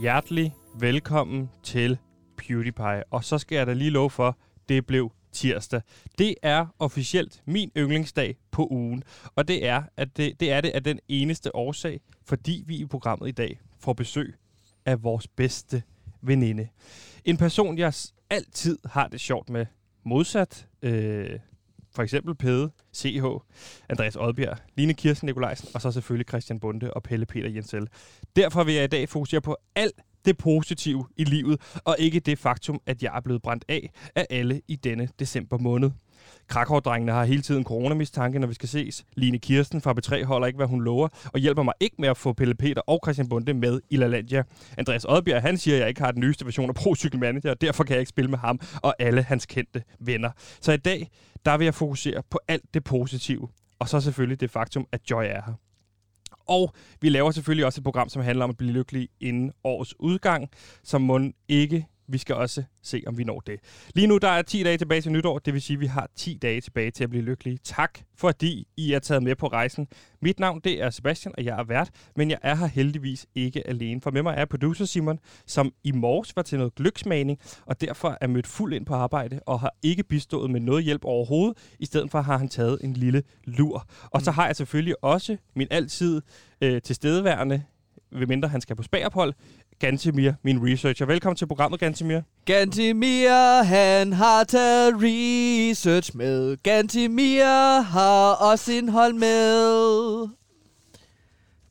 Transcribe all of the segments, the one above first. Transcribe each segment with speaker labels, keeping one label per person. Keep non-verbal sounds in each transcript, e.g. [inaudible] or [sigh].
Speaker 1: hjertelig velkommen til PewDiePie. Og så skal jeg da lige love for, det blev tirsdag. Det er officielt min yndlingsdag på ugen. Og det er, at det, det er det af den eneste årsag, fordi vi i programmet i dag får besøg af vores bedste veninde. En person, jeg s- altid har det sjovt med. Modsat øh, for eksempel Pede, CH, Andreas Odbjerg, Line Kirsten Nikolajsen, og så selvfølgelig Christian Bunde og Pelle Peter Jensel. Derfor vil jeg i dag fokusere på alt det positive i livet, og ikke det faktum, at jeg er blevet brændt af af alle i denne december måned. Krakow-drengene har hele tiden coronamistanke, når vi skal ses. Line Kirsten fra B3 holder ikke, hvad hun lover, og hjælper mig ikke med at få Pelle Peter og Christian Bunde med i La Landia. Andreas Odbjerg, han siger, at jeg ikke har den nyeste version af Pro Cykel Manager, og derfor kan jeg ikke spille med ham og alle hans kendte venner. Så i dag, der vil jeg fokusere på alt det positive, og så selvfølgelig det faktum, at Joy er her. Og vi laver selvfølgelig også et program, som handler om at blive lykkelig inden årets udgang, som må ikke vi skal også se, om vi når det. Lige nu der er 10 dage tilbage til nytår, det vil sige, at vi har 10 dage tilbage til at blive lykkelige. Tak, fordi I er taget med på rejsen. Mit navn det er Sebastian, og jeg er vært, men jeg er her heldigvis ikke alene. For med mig er producer Simon, som i morges var til noget gløksmagning, og derfor er mødt fuld ind på arbejde og har ikke bistået med noget hjælp overhovedet. I stedet for har han taget en lille lur. Og så har jeg selvfølgelig også min altid øh, tilstedeværende, medmindre han skal på spagerophold, Gantemir, min researcher. Velkommen til programmet, Gantemir.
Speaker 2: Gantimir, han har taget research med. Gantimir har også indhold med.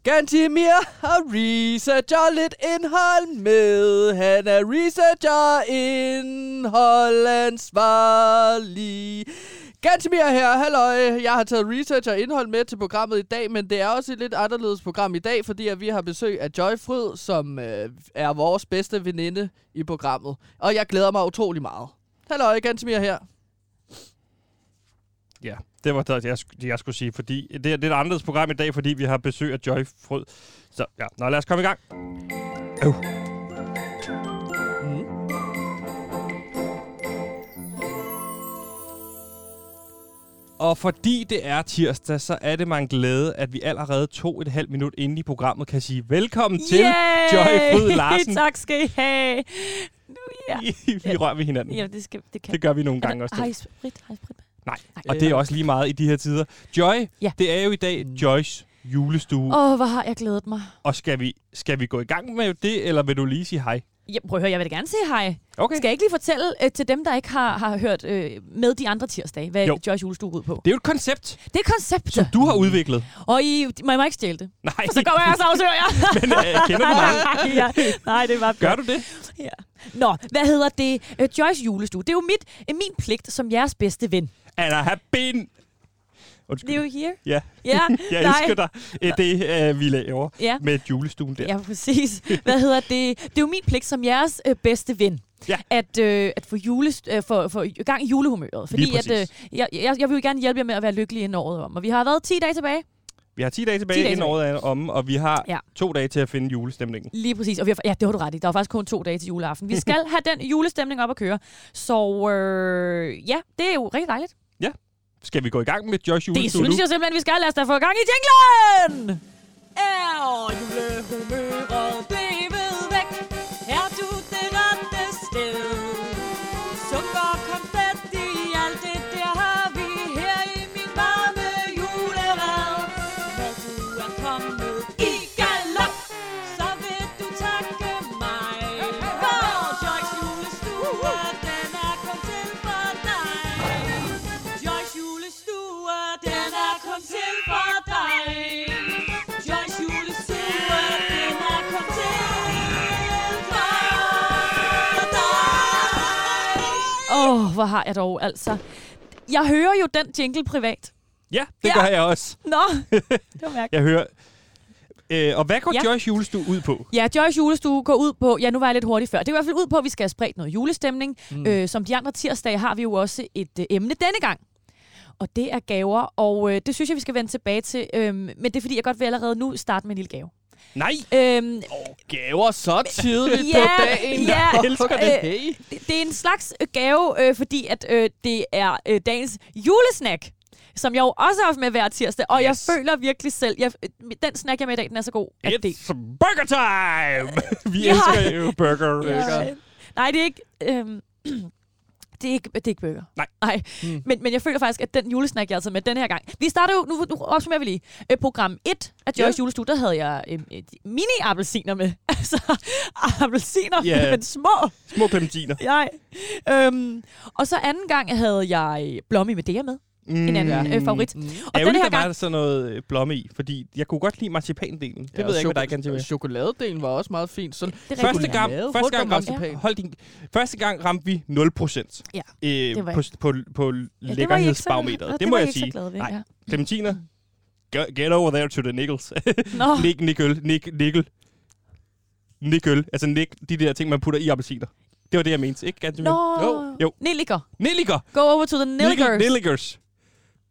Speaker 2: Gantimir har research og lidt indhold med. Han er researcher indholdansvarlig. Gantimir her, halløj. Jeg har taget research og indhold med til programmet i dag, men det er også et lidt anderledes program i dag, fordi at vi har besøg af Joy Fryd, som øh, er vores bedste veninde i programmet. Og jeg glæder mig utrolig meget. Halløj, Gantimir her.
Speaker 1: Ja, det var det, jeg, sk- det, jeg skulle sige, fordi det, er- det er et anderledes program i dag, fordi vi har besøg af Joy Frød. Så ja, nå lad os komme i gang. Øv.
Speaker 2: Mm.
Speaker 1: Og fordi det er tirsdag, så er det mig en glæde, at vi allerede to og et halvt minut inde i programmet kan sige velkommen til
Speaker 3: Yay!
Speaker 1: Joy Fryd
Speaker 3: [laughs]
Speaker 1: Larsen.
Speaker 3: tak skal I have. Nu, ja.
Speaker 1: [laughs] vi rører ved hinanden.
Speaker 3: ja, det, skal, det kan
Speaker 1: Det gør vi nogle
Speaker 3: Er der-
Speaker 1: gange også.
Speaker 3: Har I sprit? Har I sprit? med?
Speaker 1: Nej,
Speaker 3: Nej.
Speaker 1: Og det er også lige meget i de her tider. Joy, ja.
Speaker 3: Ja.
Speaker 1: det er jo i dag Joys julestue.
Speaker 3: Åh, oh, hvor har jeg glædet mig.
Speaker 1: Og skal vi, skal vi gå i gang med det, eller vil du lige sige hej?
Speaker 3: Ja, prøv at høre, jeg vil da gerne sige hej.
Speaker 1: Okay.
Speaker 3: Skal jeg ikke lige fortælle øh, til dem, der ikke har, har hørt øh, med de andre tirsdage, hvad
Speaker 1: Jo.
Speaker 3: jo. Joyce julestue går ud på?
Speaker 1: Det er jo et koncept,
Speaker 3: Det er konceptet,
Speaker 1: som du har udviklet.
Speaker 3: og I må, I må ikke stjæle det.
Speaker 1: Nej,
Speaker 3: For så kommer jeg og så afslører jeg.
Speaker 1: men øh, kender du
Speaker 3: [laughs]
Speaker 1: mig?
Speaker 3: nej, ja. nej, det var
Speaker 1: Gør du det?
Speaker 3: Ja. Nå, hvad hedder det? Øh, Joyce julestue. Det er jo mit, øh, min pligt som jeres bedste ven.
Speaker 1: And I have been... Undskyld.
Speaker 3: Det er jo here.
Speaker 1: Ja,
Speaker 3: Ja,
Speaker 1: [laughs] jeg
Speaker 3: nej.
Speaker 1: elsker dig. Øh, Det øh, vi laver
Speaker 3: Ja.
Speaker 1: med julestuen der.
Speaker 3: Ja, præcis. Hvad hedder det? Det er jo min pligt som jeres øh, bedste ven.
Speaker 1: Ja.
Speaker 3: At, øh, at få, jule, øh, for, for gang i julehumøret. Fordi
Speaker 1: Lige
Speaker 3: at, øh,
Speaker 1: præcis.
Speaker 3: jeg, jeg, jeg vil jo gerne hjælpe jer med at være lykkelig inden året om. Og vi har været 10 dage tilbage.
Speaker 1: Vi har 10 dage tilbage, 10
Speaker 3: 10 dage
Speaker 1: inden året er omme, og vi har ja.
Speaker 3: Ja.
Speaker 1: to dage til at finde julestemningen.
Speaker 3: Lige præcis. Og vi har, ja, det har du ret i. Der var faktisk kun to dage til juleaften. Vi
Speaker 1: [laughs]
Speaker 3: skal have den julestemning op at køre. Så øh, ja, det er jo rigtig dejligt.
Speaker 1: Skal vi gå i gang med Joys julestue
Speaker 3: Det synes
Speaker 1: nu?
Speaker 3: jeg simpelthen, vi skal. Lad os da få gang i jinglen! Er julehumøret blevet væk? Er du det rette sted? Sukker, konfetti, alt det der har vi her i min varme julerad. Når du er kommet i galop, så vil du takke mig. For Joyce julestue, den er kun til for dig. Joyce julestue, den er kun til for dig. Joyce julestue, den er kun til for dig. Åh, oh, hvor har jeg dog altså. Jeg hører jo den jingle privat.
Speaker 1: Ja, det
Speaker 3: Ja.
Speaker 1: gør jeg også.
Speaker 3: Nå, det var mærkeligt.
Speaker 1: Jeg hører... Øh, og hvad går ja.
Speaker 3: Ja.
Speaker 1: Joys julestue ud på?
Speaker 3: Ja, Joyce julestue går ud på, ja nu var jeg lidt hurtig før, det går i hvert fald ud på, at vi skal have spredt noget julestemning. Mm. Øh, som de andre tirsdage har vi jo også et øh, emne denne gang. Og det er gaver, og øh, det synes jeg, vi skal vende tilbage til. Øhm, men det er fordi, jeg godt vil allerede nu starte med en lille gave.
Speaker 1: Nej!
Speaker 3: Øhm,
Speaker 2: Gaver så tidligt
Speaker 3: Ja, på dagen. ja.
Speaker 2: [laughs]
Speaker 3: Jeg
Speaker 2: elsker
Speaker 3: det.
Speaker 2: Hey.
Speaker 3: det, det er en slags øh, gave, øh, fordi at øh, det er øh, dagens øh, julesnack. som jeg jo også har haft med hver tirsdag, og yes. jeg
Speaker 1: Yes.
Speaker 3: føler virkelig selv, jeg, øh, den snak, jeg med i dag, den er så god, at det...
Speaker 1: It's burger
Speaker 3: [laughs]
Speaker 1: time! vi
Speaker 3: Ja.
Speaker 1: elsker jo burger.
Speaker 2: burger.
Speaker 3: Ja. Nej, det er ikke... Øhm, [clears throat] det er ikke, det er ikke burger.
Speaker 1: Nej.
Speaker 3: Nej.
Speaker 2: Mm.
Speaker 3: Mm. Men, men jeg føler faktisk, at den julesnak, jeg altid med den her gang... Vi starter jo... Nu, nu opsummerer vi lige. Øh, program 1 af Joyce
Speaker 2: Ja.
Speaker 3: yeah. julestue, der havde jeg øh, øh, mini-appelsiner med. [laughs] altså, appelsiner,
Speaker 1: Ja.
Speaker 3: yeah. men små.
Speaker 1: Små clementiner.
Speaker 3: Nej. Øhm, og så anden gang havde jeg blomme med det med. En anden
Speaker 1: Mm.
Speaker 3: øh, favorit.
Speaker 2: Mm.
Speaker 3: Og den
Speaker 1: Ærgerligt,
Speaker 3: her
Speaker 1: der var
Speaker 3: gang...
Speaker 1: der sådan noget øh, blomme i, fordi jeg kunne godt lide marcipandelen. Det ja, ved jeg ikke, hvad der er igen til.
Speaker 2: Chokoladedelen var også meget fint. Sådan,
Speaker 3: Det er
Speaker 1: Første
Speaker 3: rigtigt.
Speaker 1: gang,
Speaker 2: Chokolade,
Speaker 1: første, gang
Speaker 2: frugt og
Speaker 1: ramte,
Speaker 2: marcipan.
Speaker 1: hold din, første gang ramte vi 0%
Speaker 3: Ja,
Speaker 1: øh,
Speaker 3: det var
Speaker 1: på, på, på
Speaker 3: Ja, det var I ikke så-
Speaker 1: lækkerhedsbarometeret.
Speaker 3: Nå,
Speaker 1: Det,
Speaker 3: det
Speaker 1: må
Speaker 3: var I
Speaker 1: jeg
Speaker 3: ikke så
Speaker 1: sige.
Speaker 3: glade ved,
Speaker 1: Nej. [laughs]
Speaker 3: ja.
Speaker 1: Clementiner, go- get over there to the nickels.
Speaker 3: Nå,
Speaker 1: Nik, nikkel, nik, nikkel. Nikkel. Altså nik, de der ting, man putter i appelsiner. Det var det, jeg mente, ikke? Ganske
Speaker 3: Nå.
Speaker 1: Jo. jo.
Speaker 3: Nilliger.
Speaker 1: Nilliger.
Speaker 3: Go over to the Nilligers.
Speaker 1: Nilligers.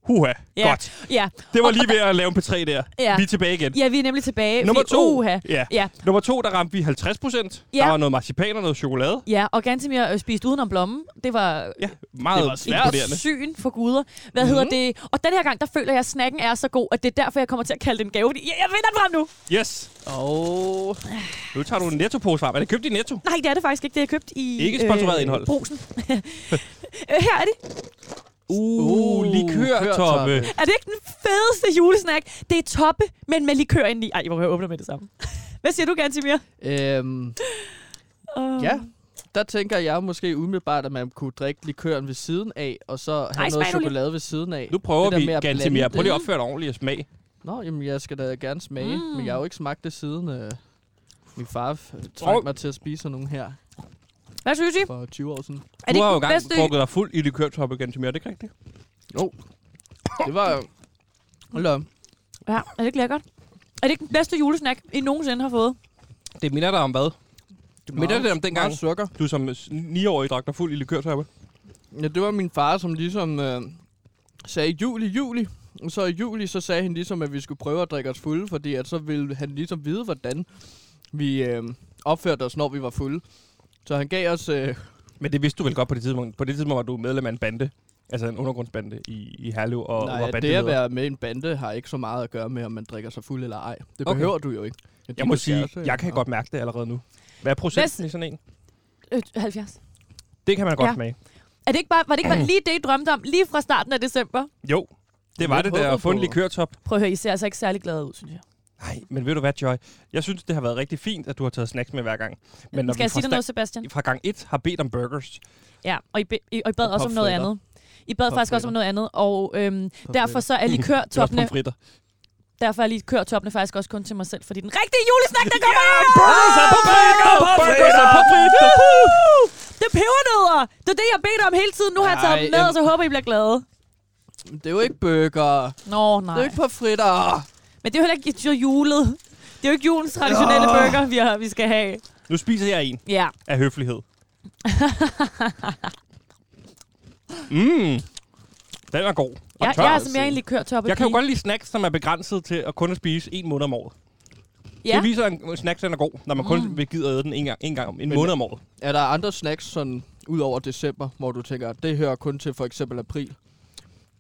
Speaker 1: Huha.
Speaker 3: Ja.
Speaker 1: Godt.
Speaker 3: Ja.
Speaker 1: Det var lige ved at lave en P3 der.
Speaker 3: Ja.
Speaker 1: Vi er tilbage igen.
Speaker 3: ja, vi er nemlig tilbage.
Speaker 1: Nummer
Speaker 3: fordi-
Speaker 1: to.
Speaker 3: Uha.
Speaker 1: Ja.
Speaker 3: Ja.
Speaker 1: Nummer to, der ramte vi 50 procent.
Speaker 3: Ja.
Speaker 1: Der var noget marcipan og noget chokolade.
Speaker 3: Ja, og Gantemir øh, spiste udenom blommen. Det var
Speaker 1: Ja, meget
Speaker 2: Det var svært.
Speaker 1: imponerende.
Speaker 3: et syn for guder. Hvad
Speaker 1: Mhm.
Speaker 3: hedder det? Og den her gang, der føler jeg, at snakken er så god, at det er derfor, jeg kommer til at kalde det en gave. Fordi jeg, jeg vinder den frem nu.
Speaker 1: Yes.
Speaker 2: Åh,
Speaker 1: Nu tager du en nettopose frem. Er det købt i Netto?
Speaker 3: Nej, det er det faktisk ikke. Det er købt i...
Speaker 1: Ikke sponsoreret indhold.
Speaker 3: Brusen. [laughs] Øh, her er det.
Speaker 1: Uh, likør,
Speaker 2: likør,
Speaker 1: Toppe.
Speaker 2: Toppe.
Speaker 3: Er det ikke den fedeste julesnack? Det er toppe, men med likør indeni. Ej, hvor jeg åbner med det samme. [laughs] Hvad siger du, Gantemir?
Speaker 2: øhm,
Speaker 3: Uh,
Speaker 2: ja. Der tænker jeg måske umiddelbart, at man kunne drikke likøren ved siden af, og så have
Speaker 3: Ej,
Speaker 2: noget
Speaker 3: smag nu lige.
Speaker 2: chokolade ved siden af.
Speaker 1: Nu prøver
Speaker 2: Det der
Speaker 1: vi
Speaker 2: med at
Speaker 1: ganske
Speaker 2: blande
Speaker 1: mere. Prøv lige at
Speaker 3: det.
Speaker 1: opføre dig ordentligt og smag.
Speaker 2: Nå, jamen jeg skal da gerne smage, mm. men jeg har jo ikke smagt det siden øh, min far øh,
Speaker 1: Prøv.
Speaker 2: tvang mig til at spise sådan nogle her
Speaker 3: Hvad synes I?
Speaker 2: for 20 år siden.
Speaker 3: Er
Speaker 1: du
Speaker 3: det
Speaker 1: har jo
Speaker 3: ikke den
Speaker 1: engang
Speaker 3: bedste?
Speaker 1: drukket dig fuld i likør, Toppe, ganske mere. Er det ikke rigtigt?
Speaker 2: Jo, det var jo... Hold da op.
Speaker 3: Ja, er det ikke lækkert? Er det ikke den bedste julesnack, I nogensinde har fået?
Speaker 1: Det minder dig om hvad? Det minder
Speaker 2: meget-
Speaker 1: det om dengang,
Speaker 2: Meget sukker.
Speaker 1: du som 9-årig drak dig fuld i likør, Toppe.
Speaker 2: Ja, det var min far, som ligesom øh, sagde juli, juli. Og så i juli, så sagde han ligesom, at vi skulle prøve at drikke os fulde, fordi at så ville han ligesom vide, hvordan vi øh, opførte os, når vi var fulde. Så han gav os... Øh,
Speaker 1: Men det vidste du vel godt på det tidspunkt. På det tidspunkt var du medlem af en bande. Altså en undergrundsbande i, i Herlev. Og,
Speaker 2: nej,
Speaker 1: og var
Speaker 2: at det at være med i en bande har ikke så meget at gøre med, om man drikker sig fuld eller ej. Det
Speaker 1: Okay.
Speaker 2: behøver du jo ikke. Ja, det
Speaker 1: Jeg må
Speaker 2: kan
Speaker 1: sige,
Speaker 2: også,
Speaker 1: jeg kan
Speaker 2: ja.
Speaker 1: godt mærke det allerede nu. Hvad er procenten i sådan en?
Speaker 3: Øh, 70.
Speaker 1: Det kan man godt
Speaker 3: Ja.
Speaker 1: smage.
Speaker 3: Er det ikke bare, var det ikke bare lige det, I drømte om, lige fra starten af december?
Speaker 1: Jo, det var
Speaker 2: Jeg
Speaker 1: det, der
Speaker 2: håber
Speaker 1: at få en
Speaker 2: på-
Speaker 1: likørtop.
Speaker 3: Prøv at høre, I ser altså ikke særlig glade ud, synes jeg.
Speaker 1: Nej, men ved du hvad, Joy? Jeg synes, det har været rigtig fint, at du har taget snacks med hver gang. Men når
Speaker 3: Skal
Speaker 1: vi
Speaker 3: jeg sige
Speaker 1: fra,
Speaker 3: dig noget, Sebastian?
Speaker 1: sta- fra gang 1 har bedt om burgers.
Speaker 3: Ja, og I, be, I, og I bad
Speaker 2: Og
Speaker 3: også om noget
Speaker 2: pomfritter.
Speaker 3: andet. I bad faktisk også om noget andet, og øhm, derfor så er
Speaker 1: Det er også
Speaker 3: likørtoppene,
Speaker 1: pomfritter.
Speaker 3: derfor er likørtoppene faktisk også kun til mig selv, fordi den rigtige julesnak, der kommer!
Speaker 1: Burgers og pomfritter! Burgers og pomfritter!
Speaker 3: Woohoo! Det er pebernødder! Det er det, jeg beder om hele tiden. Nu har jeg taget
Speaker 2: Ej,
Speaker 3: dem med,
Speaker 2: em-
Speaker 3: og så håber, I bliver glade.
Speaker 2: Det er jo ikke bøger.
Speaker 3: Nå,
Speaker 2: Det er jo
Speaker 3: nej.
Speaker 2: ikke på fritter.
Speaker 3: Men det er jo heller ikke det er jo julet. Det er jo ikke julens traditionelle
Speaker 2: Nå.
Speaker 3: burger, vi, har, vi skal have.
Speaker 1: Nu spiser jeg en
Speaker 3: Ja.
Speaker 1: af høflighed. mm. Den er god. Og
Speaker 3: Jeg,
Speaker 1: tør.
Speaker 3: jeg er altså mere en likørtoppe.
Speaker 1: jeg kan jo godt lide snacks, som er begrænset til at kun at spise en måned om året. Ja.
Speaker 3: Ja.
Speaker 1: Det viser, at en snack den er god, når man mm. kun vil gider æde den en gang, en gang om en
Speaker 2: Men-
Speaker 1: måned om året.
Speaker 2: Er der andre snacks, sådan ud over december, hvor du tænker, at det hører kun til for eksempel april?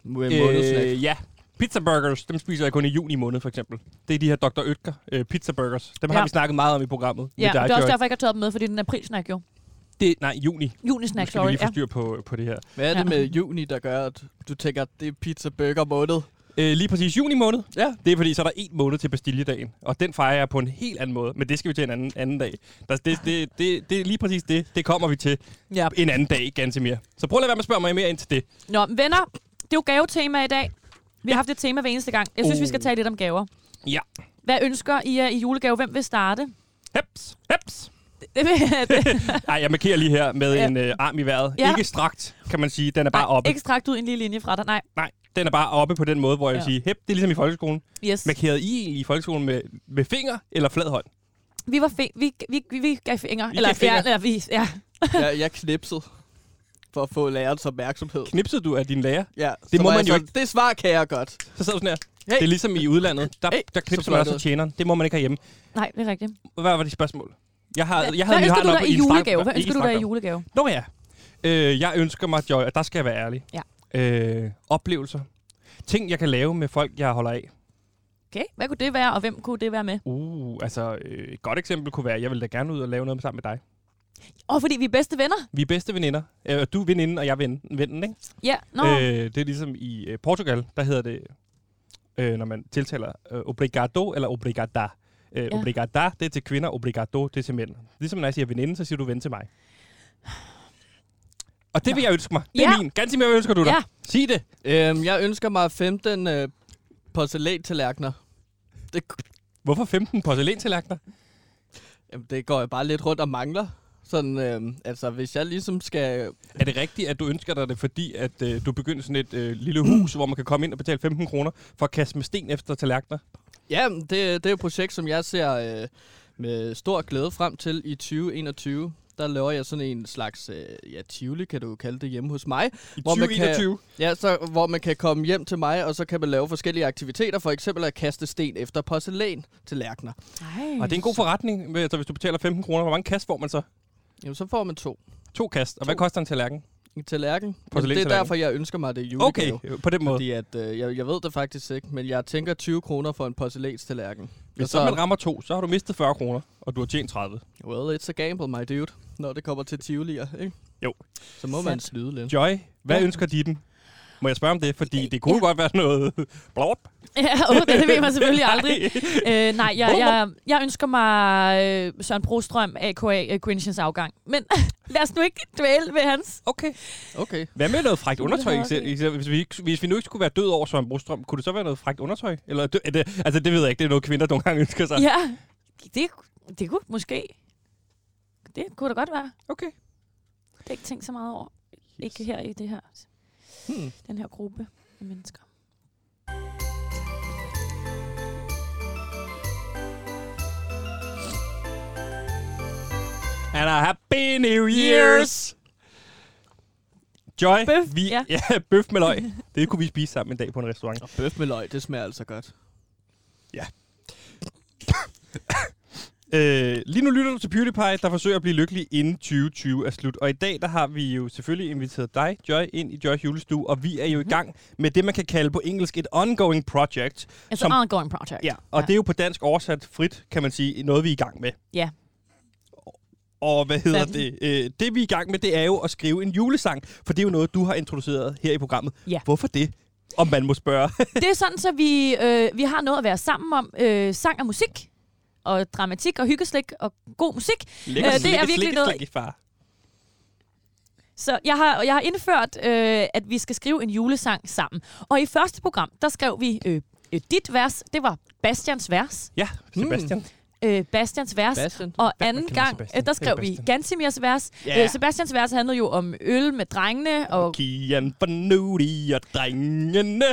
Speaker 2: Med øh, månedsnack.
Speaker 1: ja. Pizza burgers, dem spiser jeg kun i juni måned, for eksempel. Det er de her Dr. Øtker øh, pizza burgers. Dem ja.
Speaker 3: Ja.
Speaker 1: har vi snakket meget om i programmet.
Speaker 3: Ja,
Speaker 1: med dig,
Speaker 3: og det er også
Speaker 1: Joy.
Speaker 3: derfor, jeg ikke har taget dem med, fordi den er aprilsnak jo.
Speaker 1: Det, nej, juni. Nu
Speaker 3: Junesnak,
Speaker 1: skal vi
Speaker 3: sorry.
Speaker 1: lige
Speaker 3: Ja.
Speaker 1: få styr på, på det her.
Speaker 2: Hvad er det
Speaker 3: Ja.
Speaker 2: med juni, der gør, at du tænker, at det er pizza burger måned?
Speaker 1: Øh, lige præcis juni måned.
Speaker 2: Ja.
Speaker 1: Det er fordi, så er der en måned til Bastilledagen. Og den fejrer jeg på en helt anden måde. Men det skal vi til en anden, anden dag. Der, det, det, det, det er lige præcis det. Det kommer vi til
Speaker 3: ja.
Speaker 1: en anden dag, ganske mere. Så prøv at lade være med at spørge mig mere ind til det.
Speaker 3: Nå, men venner, det er jo gavetema i dag. Vi har haft et tema hver eneste gang. Jeg synes, vi
Speaker 1: Oh.
Speaker 3: skal tale lidt om gaver.
Speaker 1: Ja.
Speaker 3: Hvad ønsker I uh, i julegave? Hvem vil starte? [laughs]
Speaker 1: Heps, heps.
Speaker 3: Det vil- det-
Speaker 1: Nej, jeg markerer lige her med
Speaker 3: Ja.
Speaker 1: en øh, arm i vejret.
Speaker 3: Ja.
Speaker 1: Ja. Ikke strakt, kan man sige. Den er bare
Speaker 3: Nej,
Speaker 1: oppe.
Speaker 3: Ikke strakt ud en lille linje fra dig. Nej,
Speaker 1: Nej, den er bare oppe på den måde, hvor jeg
Speaker 3: Ja.
Speaker 1: ja. siger, hep, det er ligesom i folkeskolen.
Speaker 3: yes.
Speaker 1: Markerede I egentlig i folkeskolen med, med finger eller flad hånd?
Speaker 3: Vi var fe- vi, vi, vi, vi gav fingre.
Speaker 1: Vi
Speaker 3: eller,
Speaker 1: gav fingre.
Speaker 3: Ja, eller vi, ja.
Speaker 2: jeg, jeg knipsede for at få lærerens opmærksomhed.
Speaker 1: Knipsede du af din lærer?
Speaker 2: Ja,
Speaker 1: Det
Speaker 2: så
Speaker 1: må
Speaker 2: var
Speaker 1: man
Speaker 2: jeg
Speaker 1: jo
Speaker 2: sådan, Det svar kan jeg godt.
Speaker 1: Så sad du sådan her.
Speaker 2: Hey.
Speaker 1: Det er ligesom i udlandet. Der,
Speaker 2: Hey.
Speaker 1: der
Speaker 2: Så
Speaker 1: knipser
Speaker 2: fløj
Speaker 1: man
Speaker 2: det
Speaker 1: også
Speaker 2: ud.
Speaker 1: af tjeneren. Det må man ikke herhjemme.
Speaker 3: Nej, det er rigtigt.
Speaker 1: Hvad var de spørgsmål? Jeg har, jeg
Speaker 3: Hvad
Speaker 1: havde min
Speaker 3: ønsker
Speaker 1: hånd
Speaker 3: du
Speaker 1: op
Speaker 3: dig i
Speaker 1: en strakt-
Speaker 3: julegave? Hvad
Speaker 1: ikke
Speaker 3: ønsker du
Speaker 1: strakt
Speaker 3: dig i
Speaker 1: op.
Speaker 3: julegave?
Speaker 1: Nå ja. Øh, jeg ønsker mig, Joy, og der skal jeg være ærlig.
Speaker 3: Ja.
Speaker 1: Øh, oplevelser. Ting, jeg kan lave med folk, jeg holder af.
Speaker 3: Okay, hvad kunne det være, og hvem kunne det være med?
Speaker 1: Uh, altså øh, et godt eksempel kunne være, jeg vil da gerne ud og lave noget sammen med dig.
Speaker 3: Åh, oh, fordi vi er bedste venner?
Speaker 1: Vi er bedste veninder. Øh, du er veninden, og jeg er ven, vennen, ikke?
Speaker 3: Ja, nå. Øh.
Speaker 1: Øh, det er ligesom i øh, Portugal, der hedder det, øh, når man tiltaler øh, obrigado eller obrigada. Øh,
Speaker 3: Ja.
Speaker 1: ja. Obrigada, det er til kvinder, obrigado, det er til mænd. Ligesom når jeg siger veninde, så siger du ven til mig. Og det vil jeg ønske mig. Det er
Speaker 3: Ja.
Speaker 1: ja. min. Ganske mere ønsker du dig.
Speaker 3: Ja.
Speaker 1: Ja. Sig det.
Speaker 2: Øhm, jeg ønsker mig 15 øh, porcelæn-tallerkener. Det,
Speaker 1: Hvorfor 15 porcelænstallerkener?
Speaker 2: jamen, det går jeg bare lidt rundt og mangler. Sådan, øhm, altså, hvis jeg ligesom skal...
Speaker 1: Er det rigtigt, at du ønsker dig det, fordi at øh, du begyndte sådan et øh, lille hus, hvor man kan komme ind og betale 15 kroner for at kaste med sten efter tallerkener?
Speaker 2: Jamen, det, det er et projekt, som jeg ser øh, med stor glæde frem til i 2021. Der laver jeg sådan en slags, øh, ja, tivoli kan du kalde det hjemme hos mig.
Speaker 1: I
Speaker 2: Hvor man kan-
Speaker 1: 2021?
Speaker 2: Ja, så, hvor man kan komme hjem til mig, og så kan man lave forskellige aktiviteter. For eksempel at kaste sten efter porcelæn til lærkner. Mm.
Speaker 3: Nej.
Speaker 1: Og det er en god forretning, øh, så hvis du betaler 15 kroner, hvor mange kast får man så?
Speaker 2: Jamen, så får man to.
Speaker 1: To kast. Og hvad
Speaker 2: To.
Speaker 1: koster en tallerken?
Speaker 2: En tallerken. Men det er
Speaker 1: Porcelænstallerken.
Speaker 2: derfor, jeg ønsker mig det i julegave.
Speaker 1: Okay, på den måde.
Speaker 2: Fordi at, øh, jeg, jeg ved det faktisk ikke, men jeg tænker 20 kroner for en porcelænstallerken.
Speaker 1: Hvis
Speaker 2: Og
Speaker 1: så man rammer to, så har du mistet 40 kroner, og du har tjent 30.
Speaker 2: well, it's a gamble, my dude, når det kommer til tivolier, ikke?
Speaker 1: Jo.
Speaker 2: Så må
Speaker 3: Sandt.
Speaker 2: man snyde lidt.
Speaker 1: Joy, hvad
Speaker 3: Ja.
Speaker 1: ja. ønsker de den? Må jeg spørge om det? Fordi det kunne
Speaker 3: Ja.
Speaker 1: ja. godt være noget... Blop.
Speaker 3: Ja, oh, det, det ved man
Speaker 1: [laughs]
Speaker 3: selvfølgelig aldrig.
Speaker 1: Nej.
Speaker 3: Øh, nej, jeg, jeg, jeg ønsker mig øh, Søren Brostrøm, a.k.a. øh, Grinchens afgang. Men [laughs] lad os nu ikke dvæle ved hans.
Speaker 1: Okay.
Speaker 2: Okay.
Speaker 1: Hvad med noget frækt
Speaker 3: Smule
Speaker 1: undertøj?
Speaker 3: hockey.
Speaker 1: eksem- eksem- Hvis vi, ikke- hvis vi nu ikke skulle være død over Søren Brostrøm, kunne det så være noget frækt undertøj? Eller, dø- er det, altså, det ved jeg ikke. Det er noget, kvinder nogle gange ønsker sig.
Speaker 3: Ja, det, det kunne måske... Det kunne da godt være.
Speaker 1: Okay.
Speaker 3: Det har jeg ikke tænkt så meget over. Ikke her i det her,
Speaker 2: Hmm.
Speaker 3: den her gruppe af mennesker.
Speaker 1: And a happy new years! Joy,
Speaker 3: Bøf,
Speaker 1: vi,
Speaker 3: ja.
Speaker 1: [laughs] ja, bøf med løg. Det kunne vi spise sammen en dag på en restaurant.
Speaker 2: Og bøf med løg, det smager altså godt.
Speaker 1: Øh, lige nu lytter du til PewDiePie, der forsøger at blive lykkelig inden 2020 er slut. Og i dag, der har vi jo selvfølgelig inviteret dig, Joy, ind i Joys julestue, og vi er jo i
Speaker 3: Mhm.
Speaker 1: gang med det, man kan kalde på engelsk et ongoing project.
Speaker 3: Altså
Speaker 1: Som-
Speaker 3: Som, ongoing project.
Speaker 1: Ja, og ja. det er jo på dansk oversat frit, kan man sige, noget vi er i gang med.
Speaker 3: Ja.
Speaker 1: Og hvad hedder
Speaker 3: Hvad?
Speaker 1: det? Øh, det vi er i gang med, det er jo at skrive en julesang, for det er jo noget, du har introduceret her i programmet.
Speaker 3: Ja.
Speaker 1: Hvorfor det? Om man må
Speaker 3: [laughs]
Speaker 1: spørge.
Speaker 3: det er sådan, så vi, øh, vi har noget at være sammen om. Øh, sang og musik, og dramatik og hyggeslik og god musik.
Speaker 1: Lækker,
Speaker 3: Øh, det er
Speaker 1: slikke,
Speaker 3: virkelig
Speaker 1: slikke,
Speaker 3: noget-
Speaker 1: slikke, far.
Speaker 3: Så jeg har, og jeg har indført, øh, at vi skal skrive en julesang sammen. Og i første program, der skrev vi øh, øh, dit vers. Det var Bastians vers.
Speaker 1: Ja, Sebastian. Mm.
Speaker 3: Øh, Bastians vers.
Speaker 2: Bastian.
Speaker 3: Og
Speaker 1: man
Speaker 3: anden
Speaker 1: kender
Speaker 3: gang,
Speaker 1: Sebastian.
Speaker 3: øh, der skrev
Speaker 1: Det er
Speaker 3: vi
Speaker 1: Bastian.
Speaker 3: Gansimirs vers.
Speaker 1: Ja.
Speaker 3: Øh, Sebastians vers handlede jo om øl med drengene. Og,
Speaker 1: Kian Fornuti og drengene,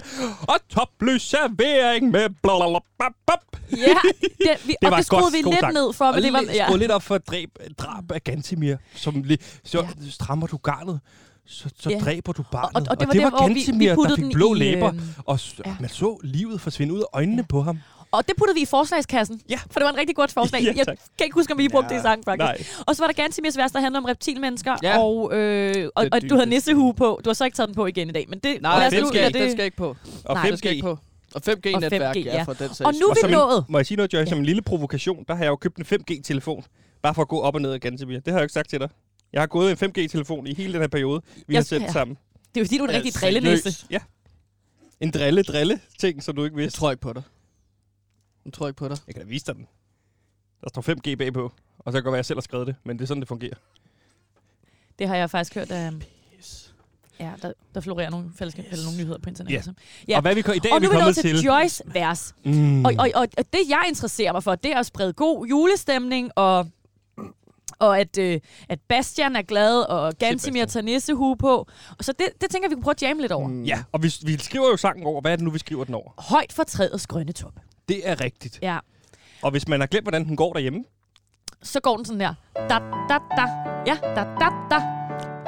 Speaker 1: og topløs servering med blablabla. [laughs]
Speaker 3: ja, det, vi,
Speaker 1: var
Speaker 3: og det
Speaker 1: et
Speaker 3: skruede
Speaker 1: godt-
Speaker 3: vi
Speaker 1: god
Speaker 3: lidt
Speaker 1: sang.
Speaker 3: ned for,
Speaker 1: Og
Speaker 3: men det var...
Speaker 1: lige skru lidt op for dræb, drab af Gantimir. Som li, så ja. strammer du garnet, så, så
Speaker 3: Ja.
Speaker 1: ja. dræber du barnet.
Speaker 3: og det var
Speaker 1: det
Speaker 3: der, hvor
Speaker 1: var
Speaker 3: vi- vi
Speaker 1: Gantimir, der
Speaker 3: puttede den
Speaker 1: fik blå
Speaker 3: i,
Speaker 1: læber.
Speaker 3: øhm,
Speaker 1: Og s-
Speaker 3: ja.
Speaker 1: man så livet forsvinde ud af øjnene ja. på ham.
Speaker 3: Og det puttede vi i forslagskassen.
Speaker 1: Ja.
Speaker 3: For det var en rigtig godt forslag.
Speaker 1: [laughs] Ja,
Speaker 3: jeg
Speaker 1: tak.
Speaker 3: kan ikke huske, om vi brugte det i sang, faktisk.
Speaker 1: Nej.
Speaker 3: Og så var der Gansimirs vers, der handler om reptilmennesker,
Speaker 2: Ja.
Speaker 3: og, øh, og,
Speaker 2: Det er
Speaker 3: og du havde
Speaker 2: dybt.
Speaker 3: nissehue på. Du har så ikke taget den på igen i dag, men det...
Speaker 2: Nej,
Speaker 3: lad os
Speaker 2: den,
Speaker 3: nu
Speaker 2: skal,
Speaker 3: lade
Speaker 2: ikke, den skal ikke på.
Speaker 1: Og
Speaker 3: Nej.
Speaker 2: Den skal
Speaker 1: 5G.
Speaker 2: ikke på. Og
Speaker 3: Og
Speaker 2: 5G-netværk,
Speaker 3: 5G,
Speaker 2: ja,
Speaker 3: ja.
Speaker 2: for den sags
Speaker 3: Og nu er
Speaker 1: Og
Speaker 3: vi
Speaker 1: som en-
Speaker 3: nået.
Speaker 1: Må jeg sige noget, Joy?
Speaker 3: Ja.
Speaker 1: Ja. Som en lille provokation, der har jeg jo købt en 5G-telefon. Bare for at gå op og ned af Gantimir. Det har jeg jo ikke sagt til dig. Jeg har gået i en 5G-telefon i hele den her periode, vi
Speaker 3: Jeg
Speaker 1: har
Speaker 3: skal-
Speaker 1: sendt sammen.
Speaker 3: Det er jo fordi, du er en rigtig
Speaker 2: Altså,
Speaker 3: drillenisse.
Speaker 2: seriøst.
Speaker 1: En drille-drille-ting, som du ikke
Speaker 2: Jeg
Speaker 1: vidste.
Speaker 2: tror ikke på dig. Jeg tror ikke på dig.
Speaker 1: Jeg kan da vise dig den. Der står 5G bagpå, og så kan det godt være, at jeg selv har skrevet det, men det er sådan, det fungerer.
Speaker 3: Det har jeg faktisk hørt, at
Speaker 2: Yes.
Speaker 3: ja, der, der florerer nogle, falske, yes. eller nogle nyheder på internettet.
Speaker 1: Ja.
Speaker 3: Yeah. Ja.
Speaker 1: Ja. Og hvad er vi kom, i dag
Speaker 3: Og
Speaker 1: er vi
Speaker 3: nu er vi
Speaker 1: kommet
Speaker 3: nået
Speaker 1: til...
Speaker 3: til Joyce vers.
Speaker 1: Mm.
Speaker 3: Og, og, og, og det, jeg interesserer mig for, det er at sprede god julestemning, og, og at, øh, at Bastian er glad, og Gansimir
Speaker 1: Sebastian.
Speaker 3: tager nissehue på. Og så det, det tænker jeg, vi kunne prøve at jamme lidt over. Mm.
Speaker 1: Ja, og vi, vi skriver jo sangen over. Hvad er det nu, vi skriver den over?
Speaker 3: Højt for træets grønne top.
Speaker 1: Det er rigtigt.
Speaker 3: Ja.
Speaker 1: Og hvis man har glemt, hvordan den går derhjemme,
Speaker 3: så går den sådan der. Da, da, da. Ja, da, da, da.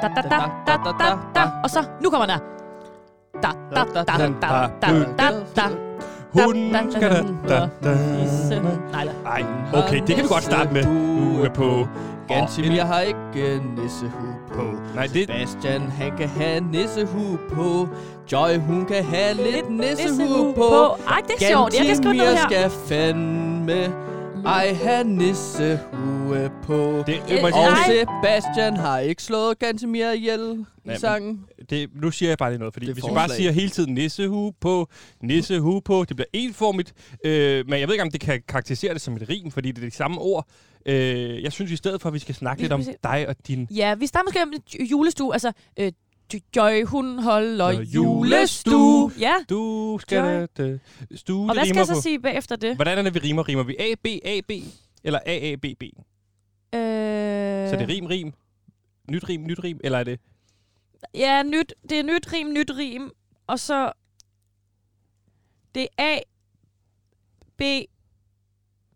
Speaker 3: Da, da, da, da, da, da. Og så, nu kommer den der. Da, da, da, da, da, da, da, da.
Speaker 1: hun
Speaker 3: da, da,
Speaker 1: skal da, da, da.
Speaker 3: Nisse. Nej, da.
Speaker 1: Ej, okay, det kan vi godt starte med. Du er på
Speaker 2: Gantimir har ikke øh, nissehue på.
Speaker 1: Nej, det,
Speaker 2: Bastian, han kan have nissehue på. Joy, hun kan have lidt nissehue
Speaker 3: Nissehue
Speaker 2: på.
Speaker 3: Ej, det er sjovt. Jeg kan skrive noget
Speaker 2: Gantimir
Speaker 3: her.
Speaker 2: skal fandme ej have nissehue på.
Speaker 1: det,
Speaker 3: Øh,
Speaker 1: det, må jeg
Speaker 2: Og
Speaker 1: sige-
Speaker 3: nej.
Speaker 2: Sebastian har ikke slået Gantimir ihjel i
Speaker 1: men-
Speaker 2: sangen.
Speaker 1: det, nu siger jeg bare lige noget, fordi
Speaker 2: Det er
Speaker 1: hvis vi bare
Speaker 2: forslag.
Speaker 1: siger hele tiden nissehue på, nissehue på, det bliver enformigt, øh, men jeg ved ikke, om det kan karakterisere det som et rim, fordi det er det samme ord. Øh, jeg synes i stedet for, at vi skal snakke
Speaker 3: Vi-
Speaker 1: lidt om
Speaker 3: vi skal-
Speaker 1: dig og din
Speaker 3: Ja, vi starter måske om j- julestue. Altså, øh, j- Joy, hun holder
Speaker 1: Nå,
Speaker 3: julestue.
Speaker 1: julestue.
Speaker 3: Ja,
Speaker 1: Du skal
Speaker 3: Joy.
Speaker 1: da- da- stue,
Speaker 3: og
Speaker 1: det
Speaker 3: hvad skal
Speaker 1: rimer på.
Speaker 3: jeg så sige bagefter det?
Speaker 1: Hvordan er det, vi rimer? Rimer vi A, B, A, B? Eller A, A, B, B?
Speaker 3: Øh,
Speaker 1: Så det er rim, rim, nyt rim, nyt rim, eller er det...
Speaker 3: Ja, nyt, det er nyt rim, nyt rim. Og så... Det er A, B...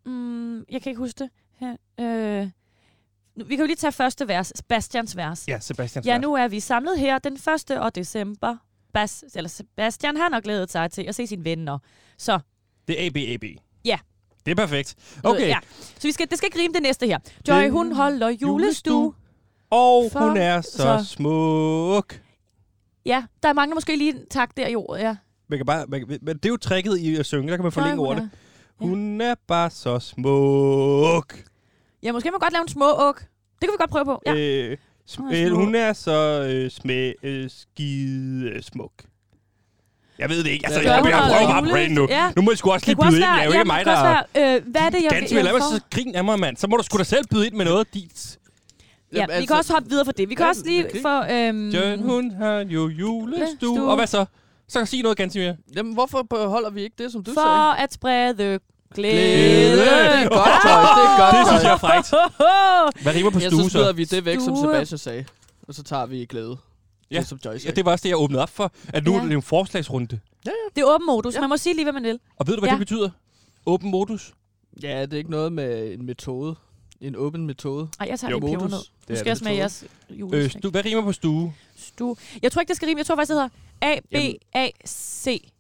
Speaker 3: Mm, jeg kan ikke huske det. Her, øh, nu- vi kan jo lige tage første vers, Sebastians vers.
Speaker 1: Ja, Sebastian
Speaker 3: Ja, nu er vi samlet her den 1. og december. Bas, eller Sebastian, han har glædet sig til at se sine venner. Så,
Speaker 1: Det er A, B, A, B.
Speaker 3: Ja.
Speaker 1: Det er perfekt.
Speaker 3: øh,
Speaker 1: Okay,
Speaker 3: ja. Så vi skal, det skal ikke rime det næste her. Joy,
Speaker 1: Den
Speaker 3: hun holder julestue.
Speaker 1: julestue. og
Speaker 3: For-
Speaker 1: hun er så,
Speaker 3: så-
Speaker 1: smuk.
Speaker 3: Ja, der mangler måske lige en tak der i ordet, ja.
Speaker 1: Man kan bare, man kan, men det er jo tricket i at synge, der kan man
Speaker 3: Joy,
Speaker 1: forlænge
Speaker 3: hun
Speaker 1: ordet.
Speaker 3: er- ja.
Speaker 1: Hun er bare så smuk.
Speaker 3: Ja, måske må man godt lave en småuk. Det kan vi godt prøve på. Ja.
Speaker 1: Øh,
Speaker 3: Hun
Speaker 1: sm-
Speaker 3: er
Speaker 1: øh,
Speaker 3: smuk.
Speaker 1: hun er så øh, smæ, øh, skide øh, smuk. Jeg ved det ikke. Altså,
Speaker 2: Gør
Speaker 1: jeg, jeg,
Speaker 2: hun
Speaker 1: jeg
Speaker 2: noget
Speaker 1: prøver bare
Speaker 3: julet?
Speaker 1: brain nu.
Speaker 3: Ja.
Speaker 1: Nu må jeg sgu også
Speaker 3: Det
Speaker 1: lige
Speaker 3: kunne
Speaker 1: byde
Speaker 3: også
Speaker 1: ind. Det
Speaker 3: være,
Speaker 1: er jo ikke
Speaker 3: ja, det
Speaker 1: mig, der
Speaker 3: kunne også
Speaker 1: har...
Speaker 3: være, øh, hvad er det, jeg,
Speaker 1: Ganske vel,
Speaker 3: jeg,
Speaker 1: lad mig
Speaker 3: får?
Speaker 1: så grine af mig, mand. Så må du sgu da selv byde ind med noget, dit...
Speaker 3: Ja,
Speaker 2: Jamen,
Speaker 3: vi kan
Speaker 2: altså-
Speaker 3: også hoppe videre for det. Vi kan
Speaker 2: Ja,
Speaker 3: også lige
Speaker 2: okay.
Speaker 3: få... Øhm,
Speaker 1: John, hun har jo julestue.
Speaker 3: Stue.
Speaker 1: Og hvad så? Så kan sige noget, Gansimir.
Speaker 2: Jamen, hvorfor beholder vi ikke det, som du sagde?
Speaker 3: for at sprede
Speaker 2: Glæde.
Speaker 3: glæde.
Speaker 2: Det er godt tøj, det er godt
Speaker 1: Det synes
Speaker 2: tøj.
Speaker 1: jeg er frækt. Hvad rimer på
Speaker 2: Ja,
Speaker 1: stue,
Speaker 2: så smider
Speaker 1: så?
Speaker 2: vi det væk, som
Speaker 3: Stue.
Speaker 2: Sebastian sagde. Og så tager vi glæde. Ja.
Speaker 1: Ja.
Speaker 2: Det, som Joy
Speaker 1: Ja,
Speaker 2: sagde.
Speaker 1: det var også det, jeg åbnede op for. At nu
Speaker 3: Ja.
Speaker 1: er det en forslagsrunde.
Speaker 3: Det er åben modus. Man må sige lige, hvad man vil.
Speaker 1: Og ved du, hvad
Speaker 3: Ja.
Speaker 1: det betyder? Åben modus.
Speaker 2: ja, det er ikke noget med en metode. En åben metode.
Speaker 3: Ej, jeg tager
Speaker 1: Jo,
Speaker 3: en peber ned. Nu skal jeg smage jeres
Speaker 1: Øh,
Speaker 3: julesmæk.
Speaker 1: stu, hvad rimer på stue?
Speaker 3: Stu. Jeg tror ikke, det skal rime. Jeg tror faktisk, det hedder A, B,
Speaker 1: Jamen.
Speaker 3: A, C.